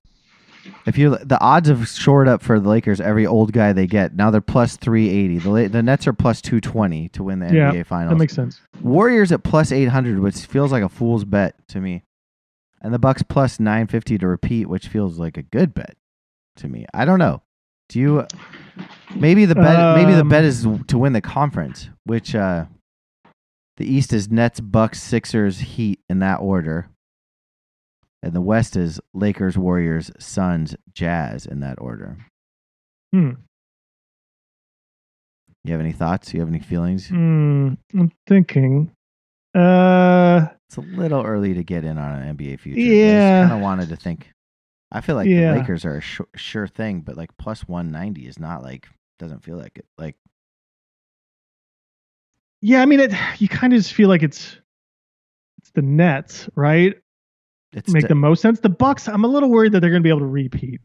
Speaker 1: If you the odds have shored up for the Lakers, every old guy they get now they're plus three eighty. The La- the Nets are plus two twenty to win the
Speaker 2: Yeah,
Speaker 1: NBA
Speaker 2: That
Speaker 1: Finals.
Speaker 2: makes sense.
Speaker 1: Warriors at plus eight hundred, which feels like a fool's bet to me, and the Bucks plus nine fifty to repeat, which feels like a good bet to me. I don't know. Do you? Maybe the bet. maybe the
Speaker 2: Um,
Speaker 1: bet is to win the conference, which uh, the East is Nets, Bucks, Sixers, Heat in that order, and the West is Lakers, Warriors, Suns, Jazz in that order.
Speaker 2: Hmm.
Speaker 1: You have any thoughts? You have any feelings?
Speaker 2: Hmm, I'm thinking. Uh,
Speaker 1: It's a little early to get in on an NBA future. I
Speaker 2: Yeah.
Speaker 1: kind of wanted to think. I feel like
Speaker 2: Yeah.
Speaker 1: the Lakers are a sure, sure thing, but like plus 190 is not like, doesn't feel like it. Like,
Speaker 2: yeah. I mean, it, you kind of just feel like it's it's the Nets, right?
Speaker 1: it's,
Speaker 2: Make
Speaker 1: de-
Speaker 2: the most sense. The Bucks. I'm a little worried that they're going to be able to repeat.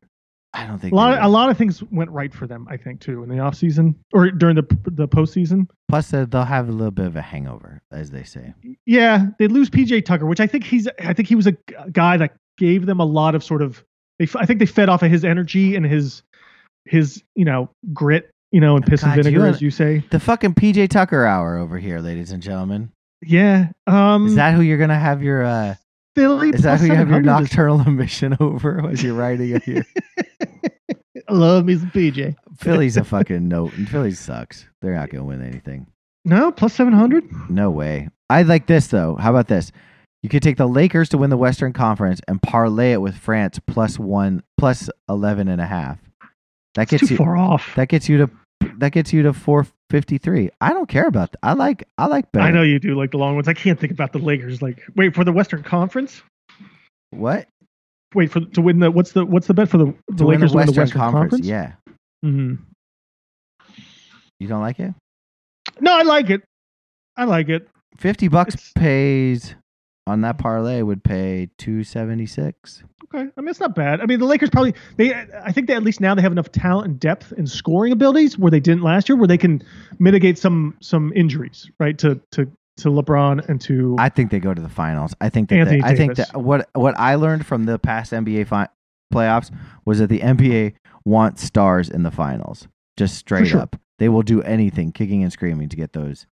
Speaker 1: I don't think,
Speaker 2: A lot.
Speaker 1: they
Speaker 2: Of,
Speaker 1: will.
Speaker 2: a lot of things went right for them, I think, too, in the offseason or during the the postseason.
Speaker 1: plus they- they'll have a little bit of a hangover, as they say.
Speaker 2: Yeah, they lose PJ Tucker, which I think he's. I think he was a g- guy that gave them a lot of sort of. They, f- I think they fed off of his energy and his his you know grit, you know, and piss
Speaker 1: God,
Speaker 2: and
Speaker 1: do you
Speaker 2: vinegar,
Speaker 1: wanna-
Speaker 2: as you say.
Speaker 1: The fucking PJ Tucker hour over here, ladies and gentlemen.
Speaker 2: Yeah. Um.
Speaker 1: Is that who you're going to have your, uh,
Speaker 2: Philly
Speaker 1: is that
Speaker 2: plus
Speaker 1: who you have
Speaker 2: *laughs*
Speaker 1: your
Speaker 2: 700 is-
Speaker 1: nocturnal *laughs* emission over as you're riding it
Speaker 2: *laughs*
Speaker 1: here?
Speaker 2: Love me some PJ.
Speaker 1: Philly's a fucking note. And Philly sucks. They're not going to win anything.
Speaker 2: No, plus seven hundred.
Speaker 1: No way. I like this though. How about this? You could take the Lakers to win the Western Conference and parlay it with France plus one plus eleven and a half. That
Speaker 2: It's
Speaker 1: gets
Speaker 2: too
Speaker 1: you
Speaker 2: far off.
Speaker 1: that gets you to that gets you to four fifty three. I don't care about that. I like I like better.
Speaker 2: I know you do like the long ones. I can't think about the Lakers. Like, wait for the Western Conference.
Speaker 1: what?
Speaker 2: Wait for to win the what's the what's the bet for the, the
Speaker 1: To win
Speaker 2: Lakers
Speaker 1: the Western,
Speaker 2: win the Western Conference?
Speaker 1: Yeah.
Speaker 2: Mhm.
Speaker 1: You don't like it?
Speaker 2: No, I like it. I like it.
Speaker 1: Fifty bucks
Speaker 2: It's-
Speaker 1: pays on that parlay would pay two seventy six.
Speaker 2: Okay, I mean it's not bad. I mean the Lakers probably they. I think that at least now they have enough talent and depth and scoring abilities where they didn't last year, where they can mitigate some some injuries, right? To to to LeBron and to
Speaker 1: I think they go to the finals. I think that
Speaker 2: Anthony
Speaker 1: they- I think
Speaker 2: Davis.
Speaker 1: that what what I learned from the past NBA fi- playoffs was that the NBA wants stars in the finals. Just straight
Speaker 2: sure.
Speaker 1: up, they will do anything, kicking and screaming, to get those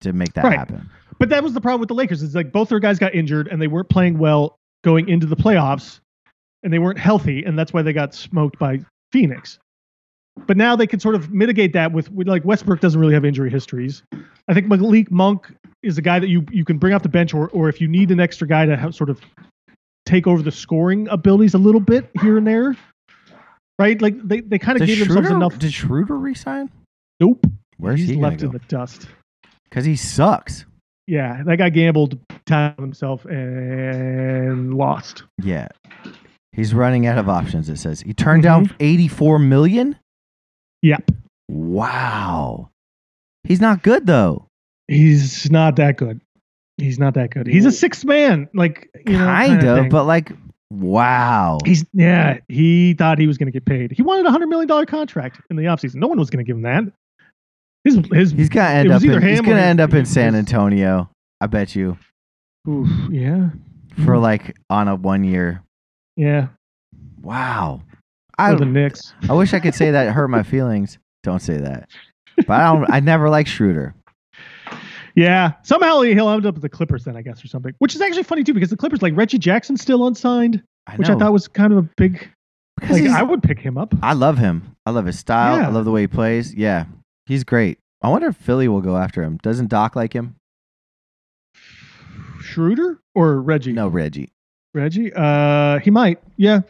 Speaker 1: to make that
Speaker 2: Right.
Speaker 1: happen.
Speaker 2: But that was the problem with the Lakers. Is like both their guys got injured and they weren't playing well going into the playoffs, and they weren't healthy, and that's why they got smoked by Phoenix. But now they can sort of mitigate that with, with like Westbrook doesn't really have injury histories. I think Malik Monk is a guy that you you can bring off the bench, or or if you need an extra guy to have, sort of take over the scoring abilities a little bit here and there, right? Like they, they kind of
Speaker 1: Does
Speaker 2: gave themselves
Speaker 1: Schroeder,
Speaker 2: enough.
Speaker 1: did Schroeder resign?
Speaker 2: Nope,
Speaker 1: Where's
Speaker 2: he's
Speaker 1: he
Speaker 2: left in
Speaker 1: going
Speaker 2: the dust.
Speaker 1: Because he sucks.
Speaker 2: Yeah, that guy gambled, tied himself, and lost.
Speaker 1: Yeah, he's running out of options. It says he turned
Speaker 2: Mm-hmm.
Speaker 1: down eighty four million.
Speaker 2: Yep.
Speaker 1: Wow, he's not good though.
Speaker 2: He's not that good. He's not that good. He's a sixth man, like you know,
Speaker 1: kind
Speaker 2: kinda
Speaker 1: of,
Speaker 2: thing.
Speaker 1: but like, wow.
Speaker 2: he's yeah. He thought he was going to get paid. He wanted a hundred million dollar contract in the offseason. No one was going to give him that. His his
Speaker 1: He's gonna
Speaker 2: It
Speaker 1: end up.
Speaker 2: was
Speaker 1: In,
Speaker 2: either
Speaker 1: he's
Speaker 2: him or
Speaker 1: gonna
Speaker 2: he-
Speaker 1: end up in
Speaker 2: he
Speaker 1: San
Speaker 2: was-
Speaker 1: Antonio. I bet you
Speaker 2: oof, yeah
Speaker 1: for
Speaker 2: Mhm.
Speaker 1: like on a one year.
Speaker 2: yeah.
Speaker 1: Wow.
Speaker 2: Or
Speaker 1: I
Speaker 2: the Knicks.
Speaker 1: I wish I could say that hurt my feelings. Don't say that. But I don't. I never liked Schroeder.
Speaker 2: Yeah. Somehow he'll end up with the Clippers then, I guess, or something. Which is actually funny too, because the Clippers, like Reggie Jackson's still unsigned,
Speaker 1: I
Speaker 2: which I
Speaker 1: know.
Speaker 2: thought was kind of a big.
Speaker 1: Because
Speaker 2: Like
Speaker 1: he's-
Speaker 2: I would pick him up.
Speaker 1: I love him. I love his style.
Speaker 2: Yeah.
Speaker 1: I love the way he plays. Yeah, he's great. I wonder if Philly will go after him. Doesn't Doc like him?
Speaker 2: Schroeder or Reggie?
Speaker 1: No, Reggie.
Speaker 2: Reggie. Uh, he might. Yeah.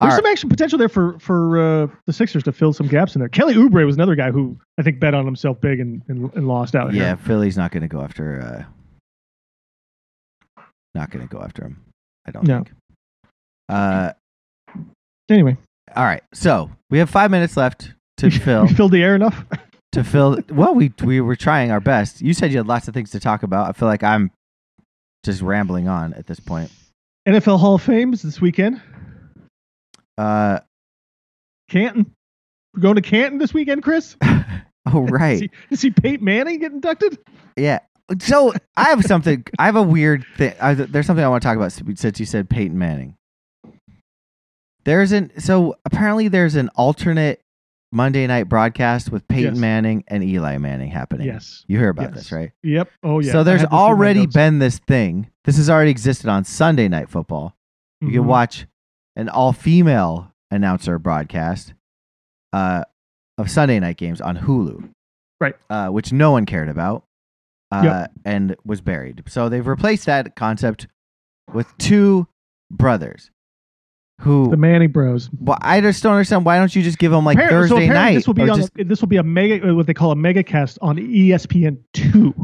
Speaker 1: All
Speaker 2: There's
Speaker 1: right.
Speaker 2: some actual potential there for for uh, the Sixers to fill some gaps in there. Kelly Oubre was another guy who I think bet on himself big and, and, and lost out.
Speaker 1: yeah,
Speaker 2: here.
Speaker 1: Philly's not going to go after. Uh, not going to go after him. I don't
Speaker 2: No.
Speaker 1: think. Uh,
Speaker 2: Anyway,
Speaker 1: all right. So we have five minutes left
Speaker 2: *laughs*
Speaker 1: to fill.
Speaker 2: we filled the air enough. *laughs*
Speaker 1: to fill. Well, we we were trying our best. You said you had lots of things to talk about. I feel like I'm just rambling on at this point.
Speaker 2: NFL Hall of Fame is this weekend.
Speaker 1: Uh, *laughs*
Speaker 2: Canton. We're going to Canton this weekend, Chris.
Speaker 1: oh right.
Speaker 2: *laughs* See, to see Peyton Manning get inducted.
Speaker 1: Yeah. So I have something. I have a weird thing. I, there's something I want to talk about since you said Peyton Manning. There's an so apparently there's an alternate Monday night broadcast with Peyton
Speaker 2: Yes.
Speaker 1: Manning and Eli Manning happening.
Speaker 2: Yes.
Speaker 1: You hear about
Speaker 2: Yes.
Speaker 1: this, right?
Speaker 2: Yep. Oh yeah.
Speaker 1: So
Speaker 2: I
Speaker 1: there's
Speaker 2: had this in my
Speaker 1: already
Speaker 2: notes.
Speaker 1: been this thing. This has already existed on Sunday night football. You
Speaker 2: Mhm.
Speaker 1: can watch an all female announcer broadcast uh, of Sunday night games on Hulu.
Speaker 2: Right.
Speaker 1: Uh, which no one cared about uh,
Speaker 2: Yep.
Speaker 1: and was buried. So they've replaced that concept with two brothers who.
Speaker 2: the Manning Bros.
Speaker 1: well, I just don't understand. Why don't you just give them like
Speaker 2: Appar- so
Speaker 1: Thursday
Speaker 2: apparently
Speaker 1: night?
Speaker 2: This will be
Speaker 1: or
Speaker 2: on
Speaker 1: just-
Speaker 2: a, this will be a mega uh, what they call a mega cast on E ESPN two.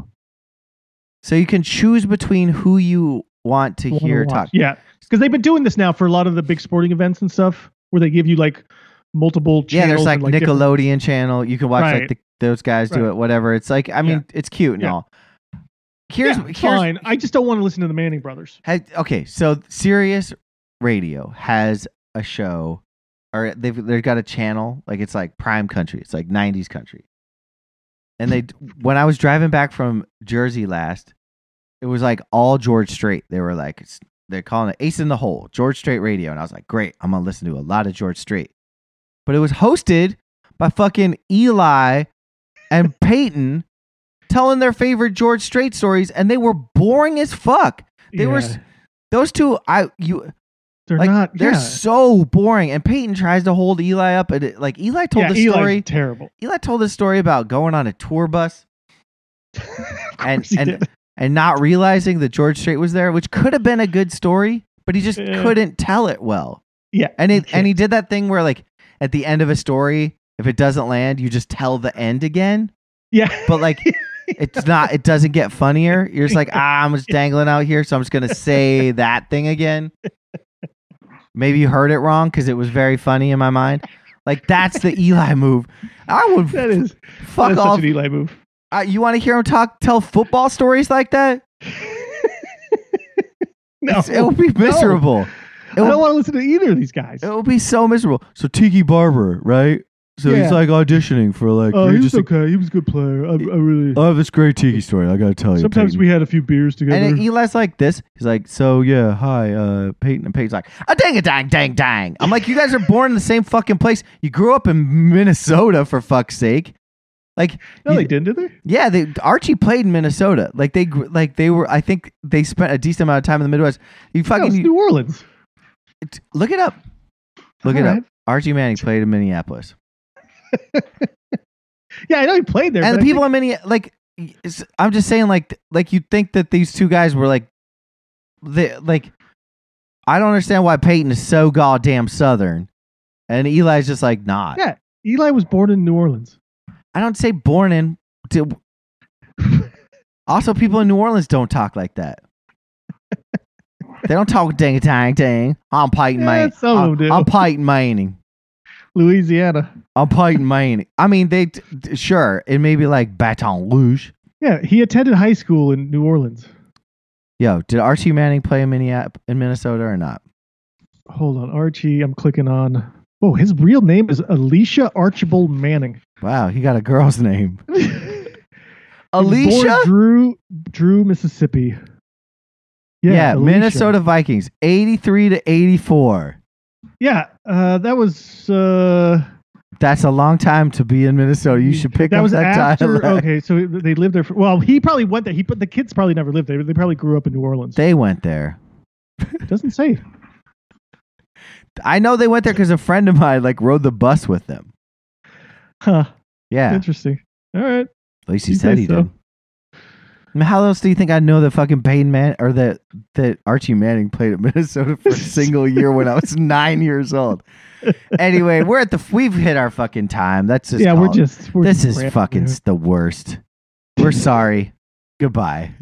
Speaker 1: so you can choose between who you want to hear talk.
Speaker 2: Yeah, because they've been doing this now for a lot of the big sporting events and stuff, where they give you like multiple channels.
Speaker 1: Yeah, there's like,
Speaker 2: and, like different-
Speaker 1: Nickelodeon channel. You can watch like
Speaker 2: Right.
Speaker 1: the, those guys do
Speaker 2: Right.
Speaker 1: it, whatever. It's like I mean, it's cute and
Speaker 2: Yeah.
Speaker 1: all. Here's
Speaker 2: Yeah,
Speaker 1: here's
Speaker 2: fine. I just don't want to listen to the Manning brothers.
Speaker 1: has, okay. So Sirius Radio has a show, or they've they've got a channel like it's like prime country. It's like '90s country. And they *laughs* when I was driving back from Jersey last, it was like all George Strait. They were like it's- they're calling it Ace in the Hole, George Strait Radio, and I was like, great, I'm gonna listen to a lot of George Strait. But it was hosted by fucking Eli and Peyton telling their favorite George Strait stories, and they were boring as fuck. They were
Speaker 2: Yeah,
Speaker 1: s- those two. I you
Speaker 2: they're
Speaker 1: like
Speaker 2: not.
Speaker 1: they're
Speaker 2: yeah.
Speaker 1: so boring. And Peyton tries to hold Eli up, and it, like Eli told
Speaker 2: yeah,
Speaker 1: the
Speaker 2: Eli's
Speaker 1: story.
Speaker 2: terrible.
Speaker 1: Eli told this story about going on a tour bus
Speaker 2: *laughs* Of
Speaker 1: and
Speaker 2: *laughs* course he
Speaker 1: and
Speaker 2: did.
Speaker 1: and not realizing that George Strait was there, which could have been a good story, but he just
Speaker 2: Yeah.
Speaker 1: couldn't tell it well.
Speaker 2: yeah,
Speaker 1: And
Speaker 2: you
Speaker 1: it, and
Speaker 2: can't.
Speaker 1: he did that thing where like at the end of a story, if it doesn't land, you just tell the end again.
Speaker 2: yeah,
Speaker 1: *laughs* But like it's not, it doesn't get funnier. You're just like, ah, I'm just dangling out here, so I'm just gonna say that thing again. Maybe you heard it wrong because it was very funny in my mind. Like that's the Eli move. I would
Speaker 2: that is that
Speaker 1: *laughs* fuck
Speaker 2: is
Speaker 1: off.
Speaker 2: such an e Eli move. *laughs*
Speaker 1: Uh, you want to hear him talk, tell football stories like that?
Speaker 2: No,
Speaker 1: It will be miserable.
Speaker 2: I don't want to listen to either of these guys.
Speaker 1: It would be so miserable. So Tiki Barber, right? So
Speaker 2: Yeah.
Speaker 1: he's like auditioning for like.
Speaker 2: Oh,
Speaker 1: you're
Speaker 2: he was
Speaker 1: just like,
Speaker 2: okay. He was a good player. I, I really.
Speaker 1: I have this great Tiki story. I gotta tell you.
Speaker 2: Sometimes
Speaker 1: Peyton."
Speaker 2: we had a few beers together.
Speaker 1: And Eli's like this. He's like, so yeah, hi, uh, Peyton. And Peyton's like, a dang a dang dang dang. I'm like, you guys are born in the same fucking place. You grew up in Minnesota for fuck's sake. Like,
Speaker 2: no,
Speaker 1: you-
Speaker 2: they didn't, did they?
Speaker 1: yeah, they, Archie played in Minnesota. Like they, gr- like they were. I think they spent a decent amount of time in the Midwest. You
Speaker 2: No,
Speaker 1: fucking
Speaker 2: it's New Orleans.
Speaker 1: T- Look it up. Look it
Speaker 2: All
Speaker 1: up. Archie Manning played in Minneapolis,
Speaker 2: Yeah, I know he played there.
Speaker 1: and
Speaker 2: but
Speaker 1: the
Speaker 2: I
Speaker 1: people in Minneapolis, like, it's- I'm just saying, like, like you think that these two guys were like, they like, I don't understand why Peyton is so goddamn southern, and Eli's just like not.
Speaker 2: Yeah. think Eli was born in New Orleans.
Speaker 1: I don't say born in. To,
Speaker 2: *laughs*
Speaker 1: also, people in New Orleans don't talk like that. they don't talk ding a dang ding. I'm Peyton
Speaker 2: Yeah,
Speaker 1: Manning.
Speaker 2: some of
Speaker 1: I'm-
Speaker 2: them do.
Speaker 1: I'm Peyton Manning.
Speaker 2: Louisiana.
Speaker 1: I'm Peyton Manning. I mean, they t- t- sure it may be like Baton Rouge.
Speaker 2: Yeah, he attended high school in New Orleans.
Speaker 1: Yo, did Archie Manning play in Minneap in Minnesota or not?
Speaker 2: Hold on, Archie. I'm clicking on. Whoa, his real name is Alicia Archibald Manning. *laughs*
Speaker 1: Wow, he got a girl's name.
Speaker 2: He was born
Speaker 1: Alicia.
Speaker 2: Drew, Drew, Mississippi.
Speaker 1: Yeah,
Speaker 2: Yeah, Alicia.
Speaker 1: Minnesota Vikings, eighty-three to eighty-four.
Speaker 2: Yeah, uh, that was uh,
Speaker 1: That's a long time to be in Minnesota. You should pick
Speaker 2: that
Speaker 1: up
Speaker 2: was
Speaker 1: that
Speaker 2: after.
Speaker 1: dialect.
Speaker 2: Okay, so they lived there. For, well, he probably went there. He but the kids probably never lived there. They probably grew up in New Orleans.
Speaker 1: They went there.
Speaker 2: It doesn't say.
Speaker 1: I know they went there because a friend of mine like rode the bus with them.
Speaker 2: Huh.
Speaker 1: Yeah,
Speaker 2: Interesting. All right.
Speaker 1: at least he
Speaker 2: you
Speaker 1: said
Speaker 2: say
Speaker 1: he
Speaker 2: so.
Speaker 1: did. I mean, how else do you think I know that fucking Peyton Man or that that Archie Manning played at *laughs* Minnesota
Speaker 2: *laughs*
Speaker 1: for a single year when I was nine years old? Anyway, we're at the we've hit our fucking time. That's just
Speaker 2: yeah,
Speaker 1: call
Speaker 2: we're
Speaker 1: it.
Speaker 2: just. We're
Speaker 1: this
Speaker 2: just
Speaker 1: is
Speaker 2: rambling
Speaker 1: fucking
Speaker 2: here.
Speaker 1: s the worst. We're sorry. Goodbye.